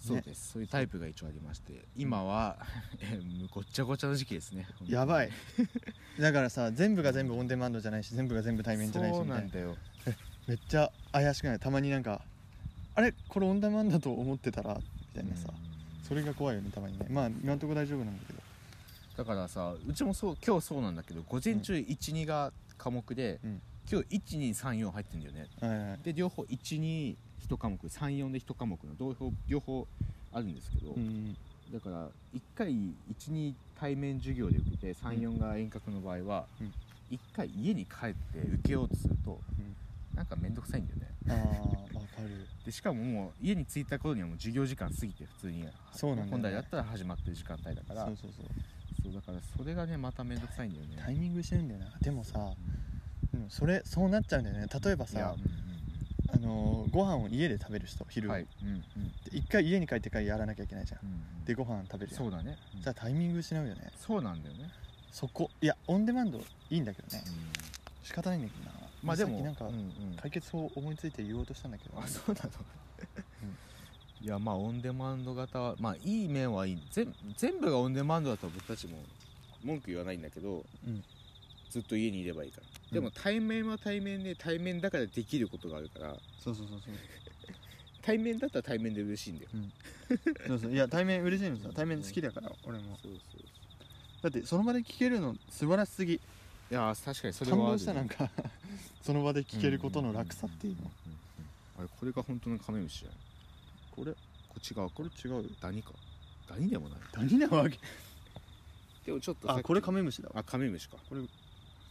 Speaker 2: そうです、そういうタイプが一応ありまして今は、 [LAUGHS] えーもうごっちゃごちゃの時期ですね
Speaker 1: やば
Speaker 2: い [LAUGHS]
Speaker 1: いだからさ全部が全部オンデマンドじゃないし全部が全部対面じゃないし
Speaker 2: そう
Speaker 1: み
Speaker 2: な
Speaker 1: たい
Speaker 2: ん
Speaker 1: な
Speaker 2: だよ
Speaker 1: めっちゃ怪しくないたまになんかあれこれオンデマンドだと思ってたらみたいなさ
Speaker 2: うん
Speaker 1: それが怖いよねたまにねまあ今んとこ大丈夫なんだけど
Speaker 2: だからさうちもそう今日そうなんだけど午前中12、が科目で、
Speaker 1: うん
Speaker 2: 今日1234入ってんだよね
Speaker 1: はいはいはい
Speaker 2: で両方121科目34で1科目の両方両方あるんですけど、
Speaker 1: うん
Speaker 2: だから1回12対面授業で受けて34が遠隔の場合は、
Speaker 1: うん
Speaker 2: 1回家に帰って受けようとすると、なんか面倒くさいんだよね
Speaker 1: ああわかる
Speaker 2: でしかももう家に着いた頃にはもう授業時間過ぎて普通に
Speaker 1: そうなんだよね
Speaker 2: 本来だったら始まってる時間帯だから
Speaker 1: そ
Speaker 2: そうう
Speaker 1: そうそう
Speaker 2: だからそれがねまた面倒くさいんだよね
Speaker 1: タイミングしてるんだよなでもさでもそれそうなっちゃうんだよね例えば
Speaker 2: いや
Speaker 1: さ
Speaker 2: うんうん
Speaker 1: あのーご飯を家で食べる人
Speaker 2: う
Speaker 1: 昼
Speaker 2: ん
Speaker 1: を
Speaker 2: はい
Speaker 1: で
Speaker 2: うんうん
Speaker 1: 一回家に帰ってからやらなきゃいけないじゃん
Speaker 2: うん
Speaker 1: でご飯食べるやん
Speaker 2: そうだね、うん
Speaker 1: じゃあタイミング失うよね
Speaker 2: そうなんだよね、
Speaker 1: そこいやオンデマンドいいんだけどね
Speaker 2: うん
Speaker 1: 仕方ないんだけどな
Speaker 2: まあで
Speaker 1: さっ
Speaker 2: も
Speaker 1: きなんか
Speaker 2: うんうん
Speaker 1: 解決法を思いついて言おうとしたんだけど
Speaker 2: あそうなの、いやまあオンデマンド型はまあいい面はいい全全部がオンデマンドだと僕たちも文句言わないんだけど、
Speaker 1: うん
Speaker 2: ずっと家にいればいいか
Speaker 1: ん
Speaker 2: らでも対面は対面で対面だからできることがあるから
Speaker 1: そうそうそうそう
Speaker 2: 対面だったら対面で嬉しいんだよ
Speaker 1: そうそういや対面嬉しいのさ対面好きだから俺も
Speaker 2: そうそう
Speaker 1: だってその場で聞けるの素晴らしすぎ
Speaker 2: いやー確かにそれは
Speaker 1: 感
Speaker 2: ある
Speaker 1: 動したなん [LAUGHS] かその場で聞けることの楽さっていうの
Speaker 2: んんんんあれこれが本当のカメムシじゃん
Speaker 1: これ
Speaker 2: こっち側これ
Speaker 1: 違うよ
Speaker 2: ダニかダニでもない
Speaker 1: 何なわけ
Speaker 2: でもちょっとさっ
Speaker 1: あ
Speaker 2: き
Speaker 1: これカメムシだわ
Speaker 2: あカメムシか
Speaker 1: これ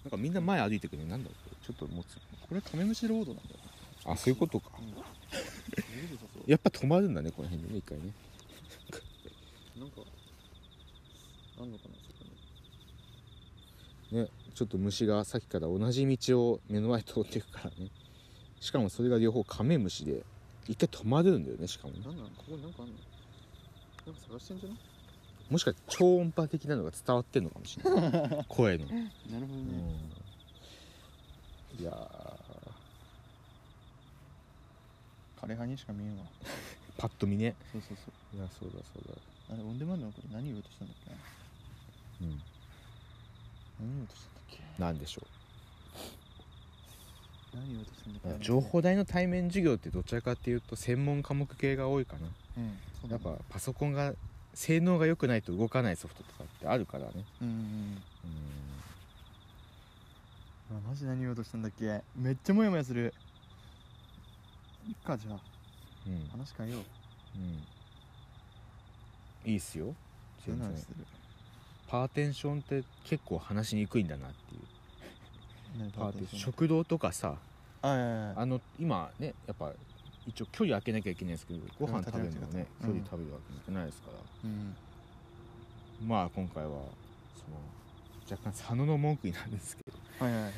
Speaker 2: なんかみんな前歩いてくねなんだろうこれちょっと持つ
Speaker 1: これカメムシロードなんだよ
Speaker 2: あそういうことか
Speaker 1: うん
Speaker 2: やっぱ止まるんだねこの辺でね一回ね
Speaker 1: なんか
Speaker 3: あんのかなそこに
Speaker 2: ね、ちょっと虫がさっきから同じ道を目の前通っていくからねしかもそれが両方カメムシで一回止まるんだよねしかもね
Speaker 3: なんなんここになんかあんのなんか探してんじゃない
Speaker 2: もしかして超音波的なのが伝わってんのかもしれない声の、
Speaker 3: なるほど
Speaker 2: う
Speaker 3: ね、
Speaker 2: んいやー
Speaker 1: 枯葉にしか見えんわ
Speaker 2: パッと見ね
Speaker 1: そうそうそう
Speaker 2: いやそうだそうだ
Speaker 1: あれオンデマンドのこと何言おうとしたんだっけな
Speaker 2: うん
Speaker 1: 何言おうとしたんだっけ
Speaker 2: 何でしょ
Speaker 1: 何言おうとしたんだっ
Speaker 2: う、
Speaker 1: けな
Speaker 2: 情報大の対面授業ってどちらかっていうと専門科目系が多いかな
Speaker 1: うんそう
Speaker 2: や
Speaker 1: だ
Speaker 2: っ
Speaker 1: ね
Speaker 2: ぱパソコンが性能が良くないと動かないソフトとかってあるからね
Speaker 1: うんうん
Speaker 2: うん
Speaker 1: うんあマジ何言おうとしたんだっけめっちゃモヤモヤするいっかじゃあ
Speaker 2: うん
Speaker 1: 話変えよう
Speaker 2: うん、いいっすよ
Speaker 1: そうい
Speaker 2: 全
Speaker 1: う
Speaker 2: 然
Speaker 1: 話する
Speaker 2: パーテンションって結構話しにくいんだなっていう
Speaker 1: 何
Speaker 2: パーテン
Speaker 1: ョ
Speaker 2: ション
Speaker 1: ン
Speaker 2: 食堂とかさ
Speaker 1: あいやいやいや
Speaker 2: あの今ねやっぱ一応距離空けなきゃいけないですけどご飯食べるのもね
Speaker 1: う
Speaker 2: 距
Speaker 1: ん
Speaker 2: 離食べるわけにいかないですから、
Speaker 1: うん
Speaker 2: まあ今回はその若干佐野の文句になるんですけど
Speaker 1: はいはいはい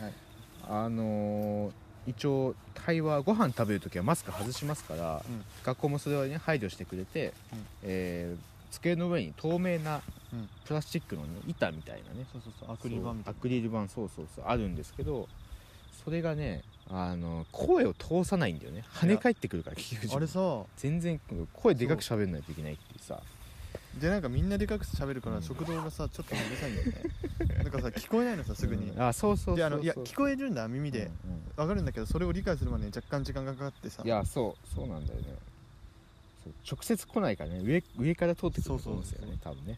Speaker 2: あのー一応対話ご飯食べる時はマスク外しますから、
Speaker 1: うん
Speaker 2: 学校もそれはね配慮してくれて、
Speaker 1: うん
Speaker 2: えー机の上に透明な
Speaker 1: うん
Speaker 2: プラスチックの、ね、板みたいなね
Speaker 1: そうそうそうアクリル板みたい
Speaker 2: そうアクリル板そうそうそうあるんですけどそれがねあの声を通さないんだよね跳ね返ってくるから聞く
Speaker 1: なあれさ
Speaker 2: 全然声でかく喋んないといけないっていうさ
Speaker 1: でなんかみんなでかく喋るから
Speaker 2: うん
Speaker 1: 食堂がさちょっとうるさいんだよねな
Speaker 2: [LAUGHS]
Speaker 1: んかさ聞こえないのさすぐに、
Speaker 2: うんあそうそうそうそう
Speaker 1: であのいや聞こえるんだ耳で、
Speaker 2: うんうん
Speaker 1: わかるんだけどそれを理解するまでに若干時間がかかってさ
Speaker 2: いやそうそうなんだよねそう直接来ないからね上上から通ってくると思うんですよね多分ね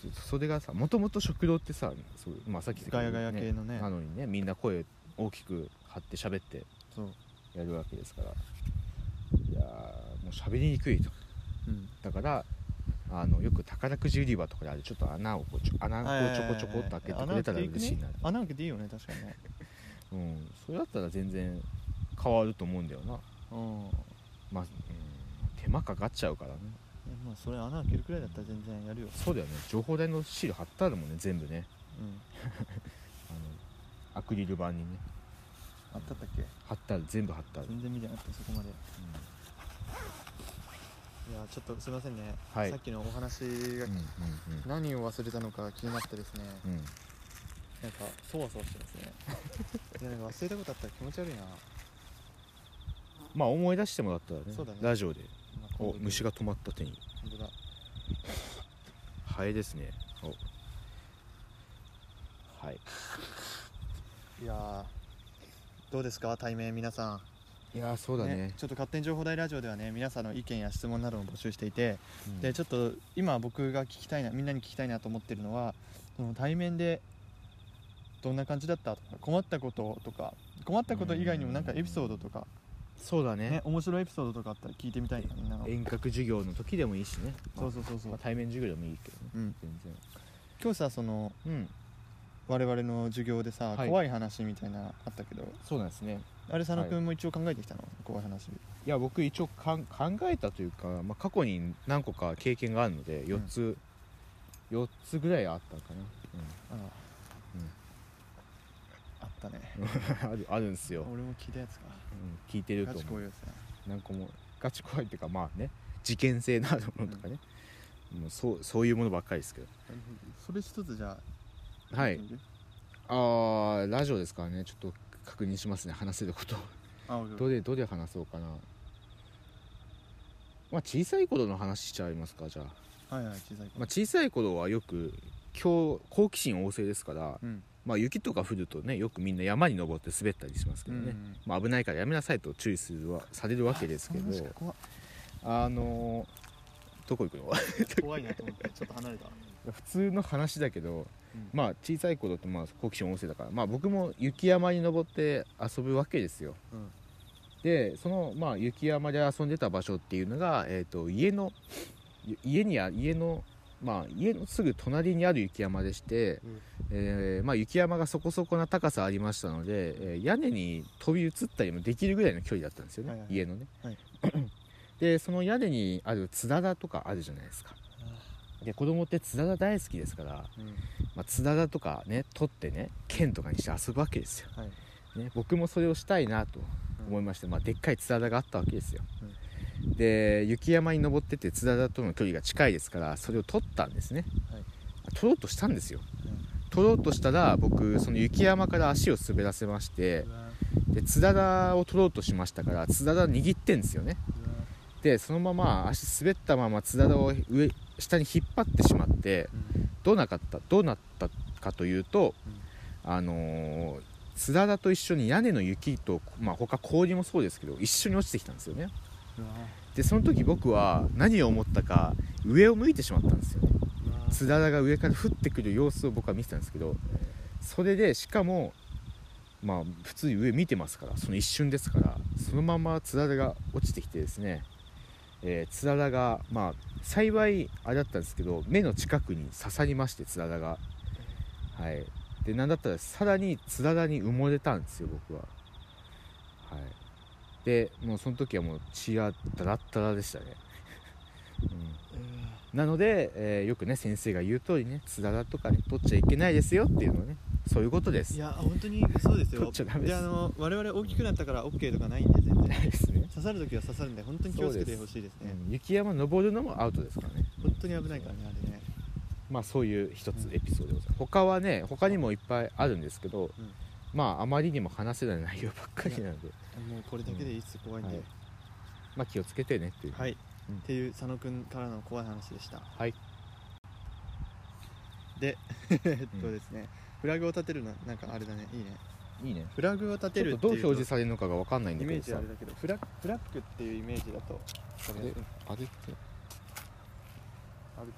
Speaker 2: ちょっとそれがさもともと食堂ってさそう、まあ、さっき言った
Speaker 1: ガ
Speaker 2: け
Speaker 1: ヤガ
Speaker 2: どね
Speaker 1: ヤ系のね
Speaker 2: なのにねみんな声大きく張って喋って
Speaker 1: そう
Speaker 2: やるわけですからいやーもう喋りにくいと
Speaker 1: うん
Speaker 2: だからあのよく宝くじ売り場とかであれちょっと穴をこうちょ穴をちょこちょこっと開けてくれたら嬉しいな、
Speaker 1: 穴開けていいよね確かにね
Speaker 2: うん、それだったら全然変わると思うんだよな
Speaker 1: うん
Speaker 2: まあ、うん、手間かかっちゃうからね
Speaker 1: まあそれ穴開けるくらいだったら全然やるよ
Speaker 2: そうだよね情報台のシール貼ってあるもんね全部ね
Speaker 1: うん
Speaker 2: あのアクリル板にね
Speaker 1: あったったっけ
Speaker 2: 貼ってある全部貼ってある、うん
Speaker 1: 全然見てなかったそこまでいやちょっとすいませんね、
Speaker 2: はい
Speaker 1: さっきのお話が、
Speaker 2: うんうん
Speaker 1: 何を忘れたのかが気になってですね、
Speaker 2: うんうん
Speaker 1: なんかそわそわしてます
Speaker 2: [LAUGHS]
Speaker 1: ねいやなんか忘れたことあったら気持ち悪いな、ま
Speaker 2: まあ思い出してもらったらね
Speaker 1: そうだね
Speaker 2: ラジオで
Speaker 1: あ今
Speaker 2: お
Speaker 1: 度
Speaker 2: 虫が止まった手に
Speaker 1: 本当だ
Speaker 2: ハエですねおはい
Speaker 1: いやーどうですか対面皆さん
Speaker 2: いやーそうだね
Speaker 1: ちょっと勝手に情報大ラジオではね皆さんの意見や質問なども募集していて、
Speaker 2: うん
Speaker 1: でちょっと今僕が聞きたいなみんなに聞きたいなと思ってるのはその対面でどんな感じだったとか困ったこととか困ったこと以外にもなんかエピソードとか、
Speaker 2: そうだね
Speaker 1: ね、面白いエピソードとかあったら聞いてみたいなみんなの
Speaker 2: 遠隔授業の時でもいいしね、ま
Speaker 1: そ
Speaker 2: あ
Speaker 1: うそうそうそう
Speaker 2: まあ、対面授業でもいいけどね
Speaker 1: うん、
Speaker 2: 全然
Speaker 1: 今日さその
Speaker 2: うん
Speaker 1: 我々の授業でさ、
Speaker 2: はい
Speaker 1: 怖い話みたいなのあったけど
Speaker 2: そうなんですね
Speaker 1: あれ佐野君も一応考えてきたの、怖い話
Speaker 2: いや僕一応かん考えたというか、まあ、過去に何個か経験があるので4つ、4つぐらいあったかな、
Speaker 1: ああ、
Speaker 2: うん
Speaker 1: あったね
Speaker 2: うん [LAUGHS] あるあるんですよ、
Speaker 1: 俺も聞いたやつか
Speaker 2: うん聞いてると
Speaker 1: ガチ
Speaker 2: 思
Speaker 1: 怖いうやつだ
Speaker 2: 何個もガチ怖いっていうかまあね事件性のあるものとかね、もうそうそういうものばっかりですけど
Speaker 1: それ一つじゃあ
Speaker 2: はい
Speaker 1: やってみる
Speaker 2: あーラジオですからねちょっと確認しますね話せることを
Speaker 1: あオッケー
Speaker 2: どれどれ話そうかなまあ小さい頃の話しちゃいますかじゃあ,、
Speaker 1: はいはい小さい子、
Speaker 2: まあ小さい頃はよく今日好奇心旺盛ですから、
Speaker 1: うん
Speaker 2: まあ、雪とか降るとねよくみんな山に登って滑ったりしますけ
Speaker 1: う
Speaker 2: ど
Speaker 1: ん
Speaker 2: ね、まあ、危ないからやめなさいと注意するはされるわけですけ
Speaker 1: その話
Speaker 2: ど
Speaker 1: [LAUGHS] 怖
Speaker 2: あのーどこ行くの
Speaker 1: 怖いなと思ってちょっと離れた
Speaker 2: 普通の話だけど、
Speaker 1: うん
Speaker 2: まあ小さい頃ってまあ好奇心旺盛だから、まあ、僕も雪山に登って遊ぶわけですよ
Speaker 1: うん
Speaker 2: でその、まあ、雪山で遊んでた場所っていうのが、えー、と家のい家にあ家の,、まあ、家のすぐ隣にある雪山でして、
Speaker 1: うん
Speaker 2: えーまあ、雪山がそこそこな高さありましたので、えー屋根に飛び移ったりもできるぐらいの距離だったんですよね、
Speaker 1: はいはいはい
Speaker 2: 家のね、
Speaker 1: はい
Speaker 2: でその屋根にあるつららとかあるじゃないですかで子供って津田田大好きですから、
Speaker 3: うん
Speaker 2: まあ、津田田とかね取ってね剣とかにして遊ぶわけですよ、
Speaker 3: はい
Speaker 2: ね、僕もそれをしたいなと思いまして、まあ、でっかい津田田があったわけですよ、で雪山に登ってって津田田との距離が近いですからそれを取ったんですね、
Speaker 3: はい
Speaker 2: 取ろうとしたんですよ、
Speaker 3: うん
Speaker 2: 取ろうとしたら僕その雪山から足を滑らせまして
Speaker 3: うわ
Speaker 2: で津田田を取ろうとしましたから津田田握ってんですよね
Speaker 3: うわ
Speaker 2: でそのまま足滑ったまま津田を上下に引っ張ってしまってどうなかったどうなったかというと、あのー津田と一緒に屋根の雪と、まあ、他氷もそうですけど一緒に落ちてきたんですよね
Speaker 3: うわ
Speaker 2: でその時僕は何を思ったか上を向いてしまったんですよね
Speaker 3: うわ
Speaker 2: 津田が上から降ってくる様子を僕は見てたんですけどそれでしかもまあ普通に上見てますからその一瞬ですからそのまま津田が落ちてきてですね、えー津田がまあ幸いあれだったんですけど目の近くに刺さりまして津田がはいで何だったらさらに津田に埋もれたんですよ僕ははいでもうその時はもう血がダラッダラでしたね、 [LAUGHS] うんなので、えーよくね先生が言う通りね津田だとかね取っちゃいけないですよっていうのはねそういうことです
Speaker 1: いや本当にそうです
Speaker 2: 取
Speaker 1: よ
Speaker 2: っちゃダメです
Speaker 1: であの我々大きくなったから OK とかないんで全然
Speaker 2: ないですね、
Speaker 1: 刺さる時は刺さるんで本当に気をつけてほしいですね
Speaker 2: うん雪山登るのもアウトですからね
Speaker 1: 本当に危ないからねあれね
Speaker 2: まあそういう一つ
Speaker 1: うん
Speaker 2: エピソードでございます他はね他にもいっぱいあるんですけど、
Speaker 1: うん
Speaker 2: まああまりにも話せない内容ばっかりなので、
Speaker 1: もうこれだけでいいっす怖いんで
Speaker 2: は
Speaker 1: はいい、
Speaker 2: まあ気をつけてねっていううん
Speaker 1: っていう佐野くんからの怖い話でした
Speaker 2: はい [LAUGHS]
Speaker 1: でえっとですね、フラグを立てるのなんかあれだねいいね
Speaker 2: いいね
Speaker 1: フラグを立
Speaker 2: ち
Speaker 1: て
Speaker 2: ょっ
Speaker 1: る
Speaker 2: と
Speaker 1: って
Speaker 2: どう
Speaker 1: いう
Speaker 2: 表示されるのかがわかんないん
Speaker 1: イ
Speaker 2: だ
Speaker 1: メー
Speaker 2: けど
Speaker 1: ジあ
Speaker 2: さ
Speaker 1: れだけどフラフラッグっていうイメージだとこれ
Speaker 2: え歩く
Speaker 1: ある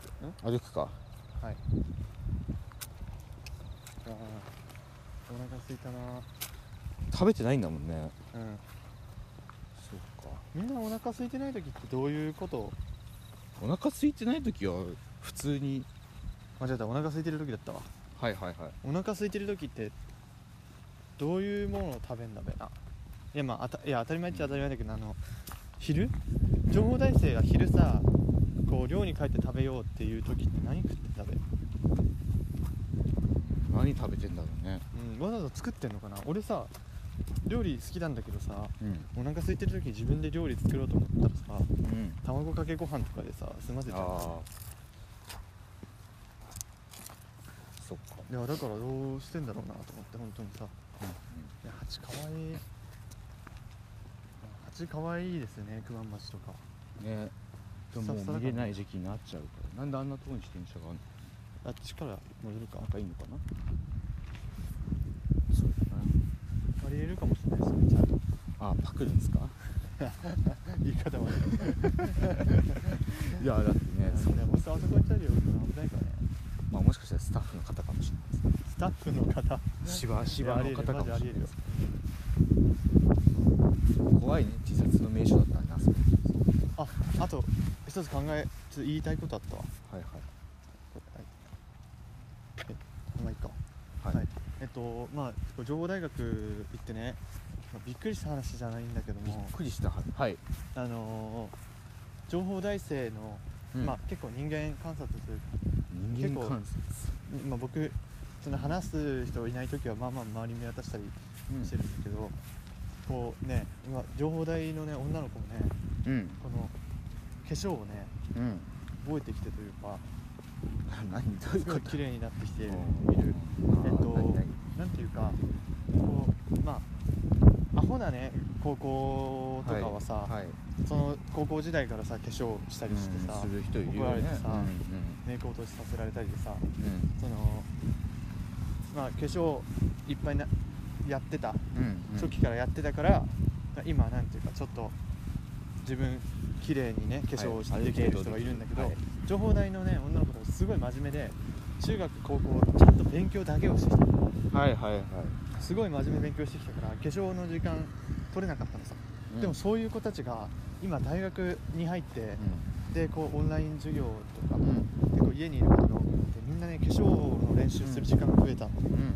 Speaker 1: けどん
Speaker 2: 歩くか
Speaker 1: はいあーお腹すいたな
Speaker 2: 食べてないんだもんね
Speaker 1: うん
Speaker 2: そうか
Speaker 1: みんなお腹空いてない時ってどういうことを
Speaker 2: お腹空いてない時は普通に
Speaker 1: 間違えたお腹空いてる時だったわ
Speaker 2: はいはいはい
Speaker 1: お腹空いてる時ってどういうものを食べんだべないやまああたいや当たり前っちゃ当たり前だけどあの昼情報大生が昼さこう寮に帰って食べようっていう時って何食って食べる、
Speaker 2: 何食べてんだろうね
Speaker 1: うん、わざわざ作ってんのかな俺さ料理好きなんだけどさ
Speaker 2: うん、
Speaker 1: お腹空いてる時に自分で料理作ろうと思ったらさ
Speaker 2: うん、
Speaker 1: 卵かけご飯とかでさ済ませちゃう
Speaker 2: あそっか、
Speaker 1: いやだからどうしてんだろうなと思って本当にさいや蜂かわいい蜂かわいいですね熊町とか
Speaker 2: ねでももう逃げない時期になっちゃうからなんであんなとこに自転車があんの
Speaker 1: あっちから乗れるか
Speaker 2: 仲いいのかなそうだね
Speaker 1: ありえるかもしれないですねちゃんと
Speaker 2: あパクるんですか
Speaker 1: 言 [LAUGHS] い方悪い
Speaker 2: いやだってねそ
Speaker 1: いや本当あそこにいたりよ危ないからね
Speaker 2: まあ、もしかしたらスタッフの方かもしれないですね
Speaker 1: スタッフの方
Speaker 2: しばしばの方かもしれない
Speaker 1: やありえるマジありえるよ
Speaker 2: 怖いね自殺の名所だったんだそこ
Speaker 1: ああと一つ考えちょっと言いたいことあったわ
Speaker 2: はい
Speaker 1: はいえまあいいか
Speaker 2: はいはい
Speaker 1: えっとまあ情報大学行ってねまあびっくりした話じゃないんだけど
Speaker 2: びっ
Speaker 1: も
Speaker 2: くりしたははい、
Speaker 1: あのー情報大生の、
Speaker 2: うん
Speaker 1: まあ結構人間観察する
Speaker 2: 人間観察
Speaker 1: まあ、僕その話す人いない時はまあまあ周り見渡したりしてるんだけど、こうね今情報大のね女の子もね
Speaker 2: うん
Speaker 1: この化粧をね
Speaker 2: うん
Speaker 1: 覚えてきてというか
Speaker 2: 何どういう
Speaker 1: す
Speaker 2: こ
Speaker 1: ごい
Speaker 2: と
Speaker 1: 綺麗になってきている
Speaker 2: 見る
Speaker 1: えっとなんていうかこうまあアホなね高校とかはさ、
Speaker 2: はい、
Speaker 1: その高校時代からさ化粧したりしてさ、
Speaker 2: うんする人いる
Speaker 1: 怒
Speaker 2: よ
Speaker 1: られ
Speaker 2: ね
Speaker 1: てさ
Speaker 2: うん
Speaker 1: メイク落としさせられたりでさ
Speaker 2: うん
Speaker 1: そのまあ化粧いっぱいなやってた
Speaker 2: うんうん
Speaker 1: 初期からやってたから、今なんていうかちょっと自分綺麗にね化粧をして
Speaker 2: はい
Speaker 1: できてる人がいるんだけど、情報大のね女の子とかすごい真面目で中学高校ちゃんと勉強だけをしてきた
Speaker 2: はいはいはい、
Speaker 1: すごい真面目に勉強してきたから化粧の時間取れなかったのさ、
Speaker 2: うん
Speaker 1: でもそういう子たちが今大学に入って、でこうオンライン授業とか、
Speaker 2: うんうん
Speaker 1: でこう家にいることが多くなってみんなね化粧の練習する時間が増えたの、
Speaker 2: うん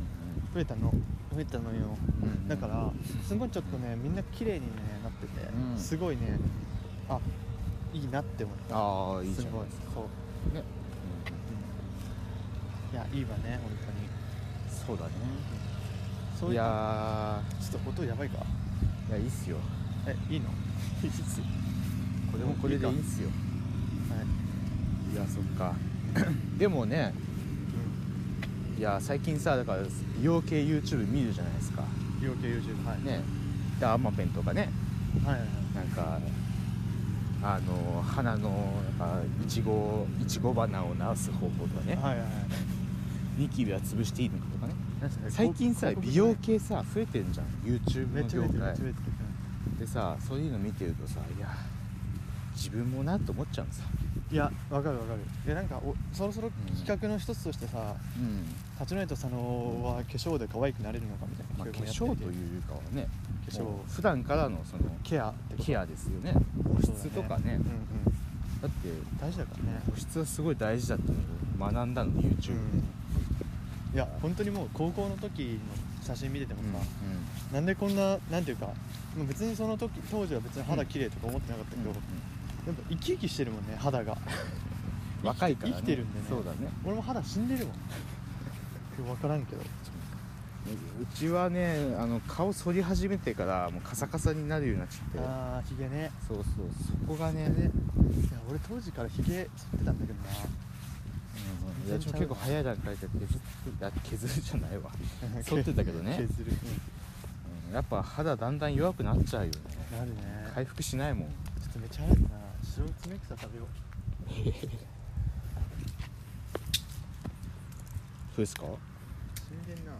Speaker 1: 増えたの増えたのよ
Speaker 2: うんうん
Speaker 1: だからすごいちょっとねみんな綺麗に、ね、なってて、
Speaker 2: うん
Speaker 1: すごいねあいいなって思った
Speaker 2: ああいいじゃん
Speaker 1: すごいそう
Speaker 2: ね
Speaker 1: いやいいわね本当に
Speaker 2: そうだね
Speaker 1: そうい
Speaker 2: いうや
Speaker 1: ちょっと音やばいか
Speaker 2: ーいやいいっすよ
Speaker 1: えいいの
Speaker 2: これもこれでいいっすよ
Speaker 1: はい
Speaker 2: いやそっか [CLEARS THROAT] でもねいや最近さだから美容系 YouTube 見るじゃないですか
Speaker 1: 美容系 YouTube はい
Speaker 2: ねでアマペンとかね
Speaker 1: はいはいはい
Speaker 2: なんかあの花のなんかいちごいちご花を治す方法とかね
Speaker 1: はいはいはい
Speaker 2: ニキビは潰していいのかとかね
Speaker 1: なんすか
Speaker 2: 最近さ
Speaker 1: 広告
Speaker 2: 美容系さ増えてんじゃん YouTube
Speaker 1: め
Speaker 2: の
Speaker 1: っちゃ出てるめ
Speaker 2: 業
Speaker 1: っ
Speaker 2: 界
Speaker 1: ちゃ出てる
Speaker 2: でさそういうの見てるとさいや自分もなと思っちゃうんさ
Speaker 1: いやわかるわかるでなんかおそろそろ企画の一つとしてさ
Speaker 2: うん
Speaker 1: 八戸と佐野は化粧で可愛くなれるのかみたい
Speaker 2: ま
Speaker 1: な
Speaker 2: あ化
Speaker 1: 企画もやってて
Speaker 2: 粧というかはね
Speaker 1: 化粧
Speaker 2: もう普段からのその
Speaker 1: ケアってこと
Speaker 2: ケアですよね保
Speaker 1: そうだね
Speaker 2: 湿とかね
Speaker 1: うんうん
Speaker 2: だって
Speaker 1: 大事だからね
Speaker 2: 保湿はすごい大事だっていうのを学んだの YouTube で、
Speaker 1: いや本当にもう高校の時の写真見てても
Speaker 2: うん
Speaker 1: さ、なんでこんななんていうかもう別にその時当時は別に肌綺麗とか思ってなかったけど、
Speaker 2: うん
Speaker 1: やっぱ生き生きしてるもんね肌が
Speaker 2: 若いから、ね、
Speaker 1: 生きてるんでね
Speaker 2: そうだね
Speaker 1: 俺も肌死んでるもん分からんけど
Speaker 2: うちはねあの顔剃り始めてからもうカサカサになるようになっちゃって
Speaker 1: ああヒゲね
Speaker 2: そうそうそこがね、
Speaker 1: ヒゲねいや俺当時からヒゲ剃ってたんだけどな
Speaker 2: うん、いやうちも結構早い段階で削っていや削るじゃないわ、剃ってたけどね
Speaker 1: 削る、
Speaker 2: うん、やっぱ肌だんだん弱くなっちゃうよね
Speaker 1: なるね
Speaker 2: 回復しないもん
Speaker 1: ちょっとめっちゃあるな白爪草食べよう
Speaker 2: そうですか
Speaker 1: 死んでんな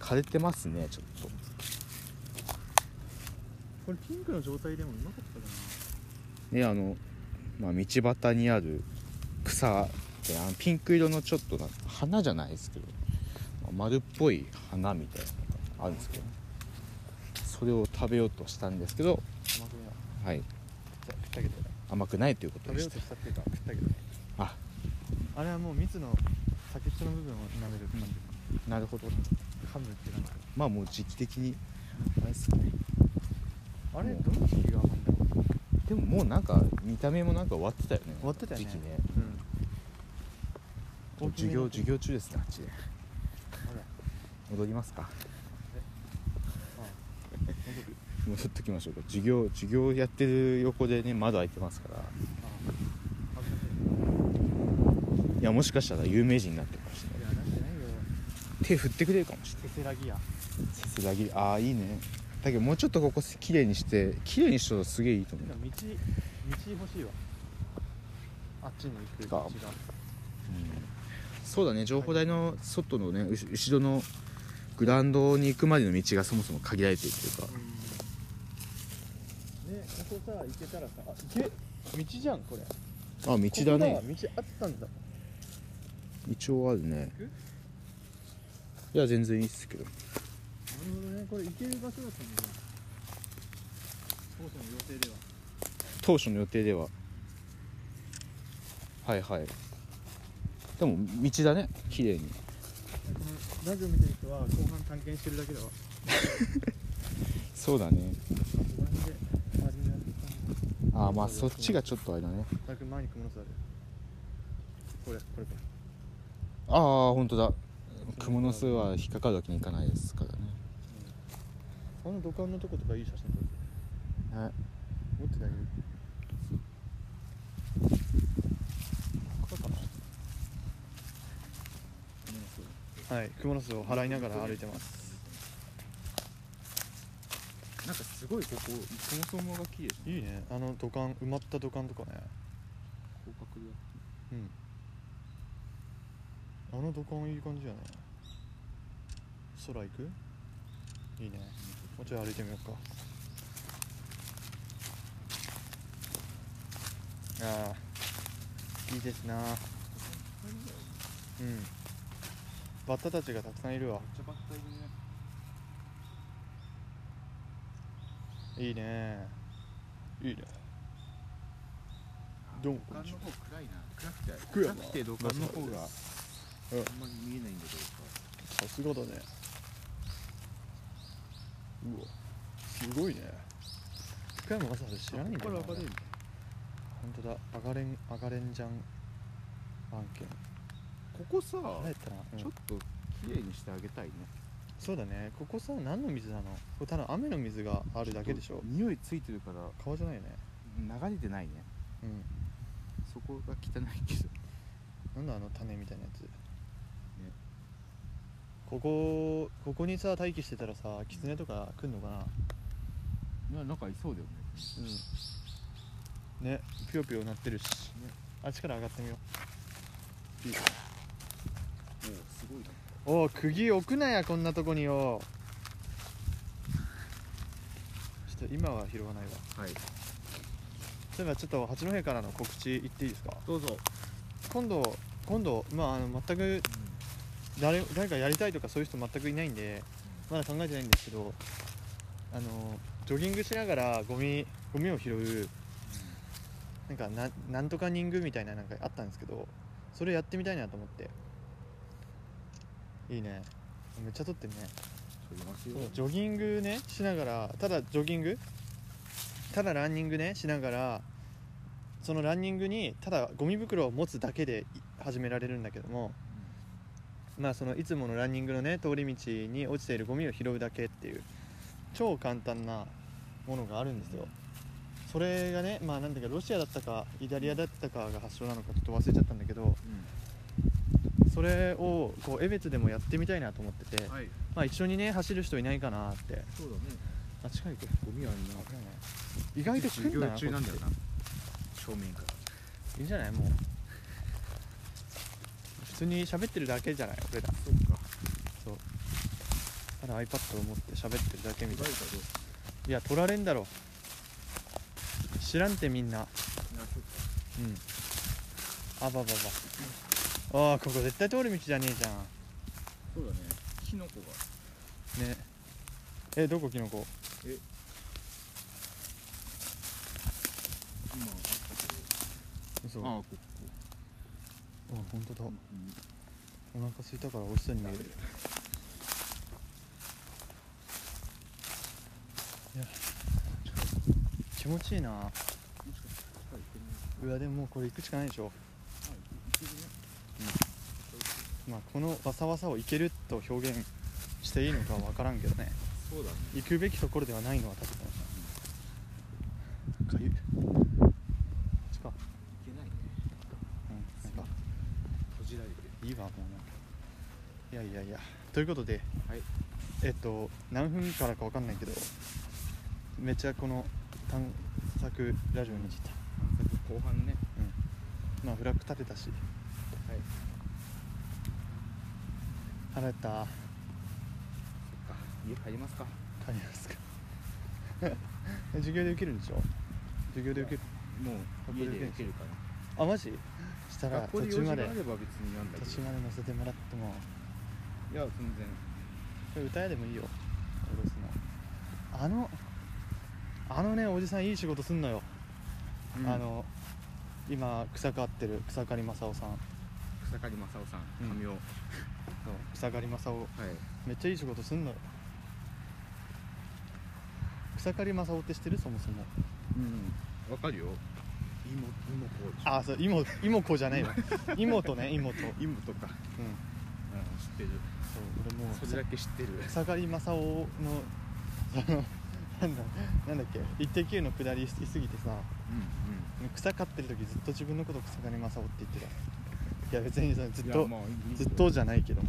Speaker 2: 枯れてますねちょっと
Speaker 1: これピンクの状態でもうまかったかな
Speaker 2: ねあの、まあ、道端にある草ってあのピンク色のちょっとな花じゃないですけど丸っぽい花みたいなのがあるんですけどそれを食べようとしたんですけど
Speaker 1: 甘くない
Speaker 2: はい
Speaker 1: 食ったけど
Speaker 2: 甘くないということ
Speaker 1: 食
Speaker 2: で
Speaker 1: べよ
Speaker 2: し
Speaker 1: う
Speaker 2: た
Speaker 1: としたっていうか食ったけど
Speaker 2: あ
Speaker 1: あれはもう蜜の先っちょの部分を舐める感じ、
Speaker 2: なるほど
Speaker 1: 噛むっていうのか
Speaker 2: まあもう時期的にあれですね
Speaker 1: なあれ
Speaker 2: もう
Speaker 1: どの時期が甘いんだろう
Speaker 2: でももうなんか見た目もなんか終わってたよね
Speaker 1: 終わってたよね
Speaker 2: 時期ね
Speaker 1: うん
Speaker 2: 授業授業中ですねあっちで
Speaker 1: あら
Speaker 2: 戻りますか
Speaker 1: あ戻る
Speaker 2: 戻っときましょうか授業授業やってる横でね窓開いてますから
Speaker 1: あ恥ずかし
Speaker 2: いやもしかしたら有名人になってるかもし
Speaker 1: いい
Speaker 2: れ
Speaker 1: や
Speaker 2: ない
Speaker 1: なってないよ
Speaker 2: 手振ってくれるかもしれない
Speaker 1: せせらぎや
Speaker 2: せせらぎああいいねだけどもうちょっとここ綺麗にして綺麗にしたらすげえいいと思
Speaker 1: て
Speaker 2: う
Speaker 1: か道道欲しいわあっちに行く道が
Speaker 2: かそうだね情報台の外のねうし後ろのグラウンドに行くまでの道がそもそも限られてるというか
Speaker 1: うんねここさ行けたらさあ行け道じゃんこれ
Speaker 2: あ道だね
Speaker 1: ここだわ道あったんだ
Speaker 2: 一応あるねいや全然いいっすけど
Speaker 1: なるほどねこれ行ける場所だったんだね当初の予定では
Speaker 2: 当初の予定でははいはいでも道だね綺麗に
Speaker 1: このラジオ見てる人は後半探検してるだけだわこ
Speaker 2: そうだね
Speaker 1: こら辺で周りにやる感じ
Speaker 2: ああまあそっちがちょっとあれだね
Speaker 1: 全く前に雲の巣あるこれこれこ
Speaker 2: ああ本当だ蜘蛛の巣は引っかかるわけにいかないですから
Speaker 1: れあの土管のとことかいい写真撮る
Speaker 2: ねね
Speaker 1: 持っててあげるこれかなはい雲の巣を払いながら歩いてます
Speaker 2: なんかすごいここそもそもが綺麗
Speaker 1: いいねあの土管埋まった土管とかね
Speaker 2: 広角だ
Speaker 1: うんあの土管いい感じやね空行くいいねもうちょい歩いてみようかああいいですなうんバッタたちがたくさんいるわいいねいいねどうもこんにちは
Speaker 2: 暗いな暗く
Speaker 1: 福山
Speaker 2: ど
Speaker 1: 何の方が
Speaker 2: あんまり見えないんだけど
Speaker 1: さすがだねうわすごいね福山雅治知らないんだよな
Speaker 2: ここから上がれる
Speaker 1: 本当だあがれんあがれんじゃん案件
Speaker 2: ここさ
Speaker 1: 誰やったかな、うん
Speaker 2: ちょっときれいにしてあげたいね
Speaker 1: そうだねここさ何の水なのこれただ雨の水があるだけでしょ
Speaker 2: 匂いついてるから
Speaker 1: 川じゃないよね
Speaker 2: 流れてないね
Speaker 1: うん
Speaker 2: そこが汚いけど
Speaker 1: なんだあの種みたいなやつ、ここここにさ待機してたらさキツネとか来んのかな
Speaker 2: ななんかいそうだよね
Speaker 1: うんねピヨピヨ鳴ってるし、あっちから上がってみよう
Speaker 2: おおすごいな
Speaker 1: おお釘置くなやこんなとこによちょっと今は拾わないわ
Speaker 2: はい
Speaker 1: そういえばちょっと八戸からの告知言っていいですか
Speaker 2: どうぞ、
Speaker 1: 今度今度まああの全く誰誰かやりたいとかそういう人全くいないんでまだ考えてないんですけどあのジョギングしながらゴミゴミを拾うなんかななんとかニングみたいななんかあったんですけどそれやってみたいなと思っていいねめっちゃ撮ってるね
Speaker 2: 取りますよ
Speaker 1: そうジョギングねしながらただジョギングただランニングねしながらそのランニングにただゴミ袋を持つだけでい始められるんだけどもまあそのいつものランニングのね通り道に落ちているゴミを拾うだけっていう超簡単なものがあるんですよそれがねまあなんだかロシアだったかイタリアだったかが発祥なのかちょっと忘れちゃったんだけどそれをこう江別でもやってみたいなと思ってて
Speaker 2: うんはい
Speaker 1: まあ一緒にね走る人いないかなって
Speaker 2: そうだね
Speaker 1: あ近いけど
Speaker 2: ゴミある
Speaker 1: 危ないね意外と来んな
Speaker 2: 授業中なんだよ
Speaker 1: こ
Speaker 2: な正面から
Speaker 1: っちいいんじゃないもう普通に喋ってるだけじゃない俺ら
Speaker 2: そうか
Speaker 1: そうただ iPad を持って喋ってるだけみたい
Speaker 2: 誰
Speaker 1: な
Speaker 2: かどうか
Speaker 1: いや取られんだろ知らんてみんなうんあばばばああここ絶対通る道じゃねえじゃ
Speaker 2: そうだねキノコが
Speaker 1: んねえどこキノコ
Speaker 2: 今あったけ
Speaker 1: 嘘
Speaker 2: ど
Speaker 1: あ
Speaker 2: あここ
Speaker 1: 本当だお
Speaker 2: うん
Speaker 1: 腹空いたから美味しそうに見える気持ちいいな
Speaker 2: もしかしてここから行けないう
Speaker 1: わでももうこれ行くしかないでしょ
Speaker 2: あ行けるね
Speaker 1: まあこのわさわさをいけると表現していいのかわからんけどね
Speaker 2: そうだね
Speaker 1: 行くべきところではないのは確かにかゆいこっちか
Speaker 2: 行け
Speaker 1: うんな
Speaker 2: ないね
Speaker 1: んか
Speaker 2: 閉じられてる
Speaker 1: いいわもうないやいやいやということで、
Speaker 2: はい
Speaker 1: えっと何分からかわかんないけどめっちゃこの探索ラジオに来た
Speaker 2: さっき後半ね
Speaker 1: まあフラッグ立てたし
Speaker 2: はい
Speaker 1: 腹減った
Speaker 2: そっか家帰りますか
Speaker 1: 帰ります [LAUGHS] かえ授業で受けるんでしょ授業で受ける
Speaker 2: も
Speaker 1: ここ
Speaker 2: う
Speaker 1: で
Speaker 2: 家
Speaker 1: 受ける
Speaker 2: で受けるかな
Speaker 1: あマジしたら途
Speaker 2: 学校で
Speaker 1: 中
Speaker 2: 用事が
Speaker 1: ま
Speaker 2: あ
Speaker 1: で
Speaker 2: れば別になんだけ
Speaker 1: 途中
Speaker 2: ど
Speaker 1: まで乗せてもらっても
Speaker 2: いや全然
Speaker 1: これ歌えでもいいよおろすのあのあのねおじさんいい仕事すんのよ、
Speaker 2: うん
Speaker 1: あの今草刈ってる草刈正雄さん
Speaker 2: 草刈正雄さ
Speaker 1: うん
Speaker 2: ん髪をはい
Speaker 1: 草刈正雄めっちゃいい仕事すんのよ草刈正雄って知ってるそもそも
Speaker 2: うんわかるよ芋芋こう
Speaker 1: あそう妹妹子じゃ
Speaker 2: [LAUGHS]
Speaker 1: ないわ妹ね妹うん
Speaker 2: 芋とかうん知ってる
Speaker 1: そう俺もう
Speaker 2: それだけ知ってる
Speaker 1: 草刈正雄のそのなんだなんだっけ「イッテ Q!」の下りしすぎてさ
Speaker 2: うん
Speaker 1: 草刈ってる時ずっと自分のこと草刈正雄って言ってたいや別にそのずっ
Speaker 2: うんいや
Speaker 1: と
Speaker 2: まあいい
Speaker 1: ずっとじゃないけどあ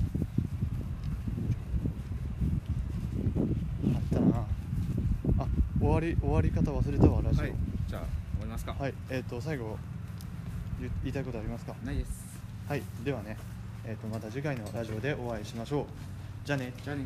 Speaker 1: ったなあ終わり終わり方忘れたわラジオは
Speaker 2: は
Speaker 1: いい、
Speaker 2: じゃあ終わりますか
Speaker 1: えっ、と最後言言いたいことありますか
Speaker 2: ないです
Speaker 1: はいではねえっ、とまた次回のラジオでお会いしましょうじゃあね
Speaker 2: じゃあね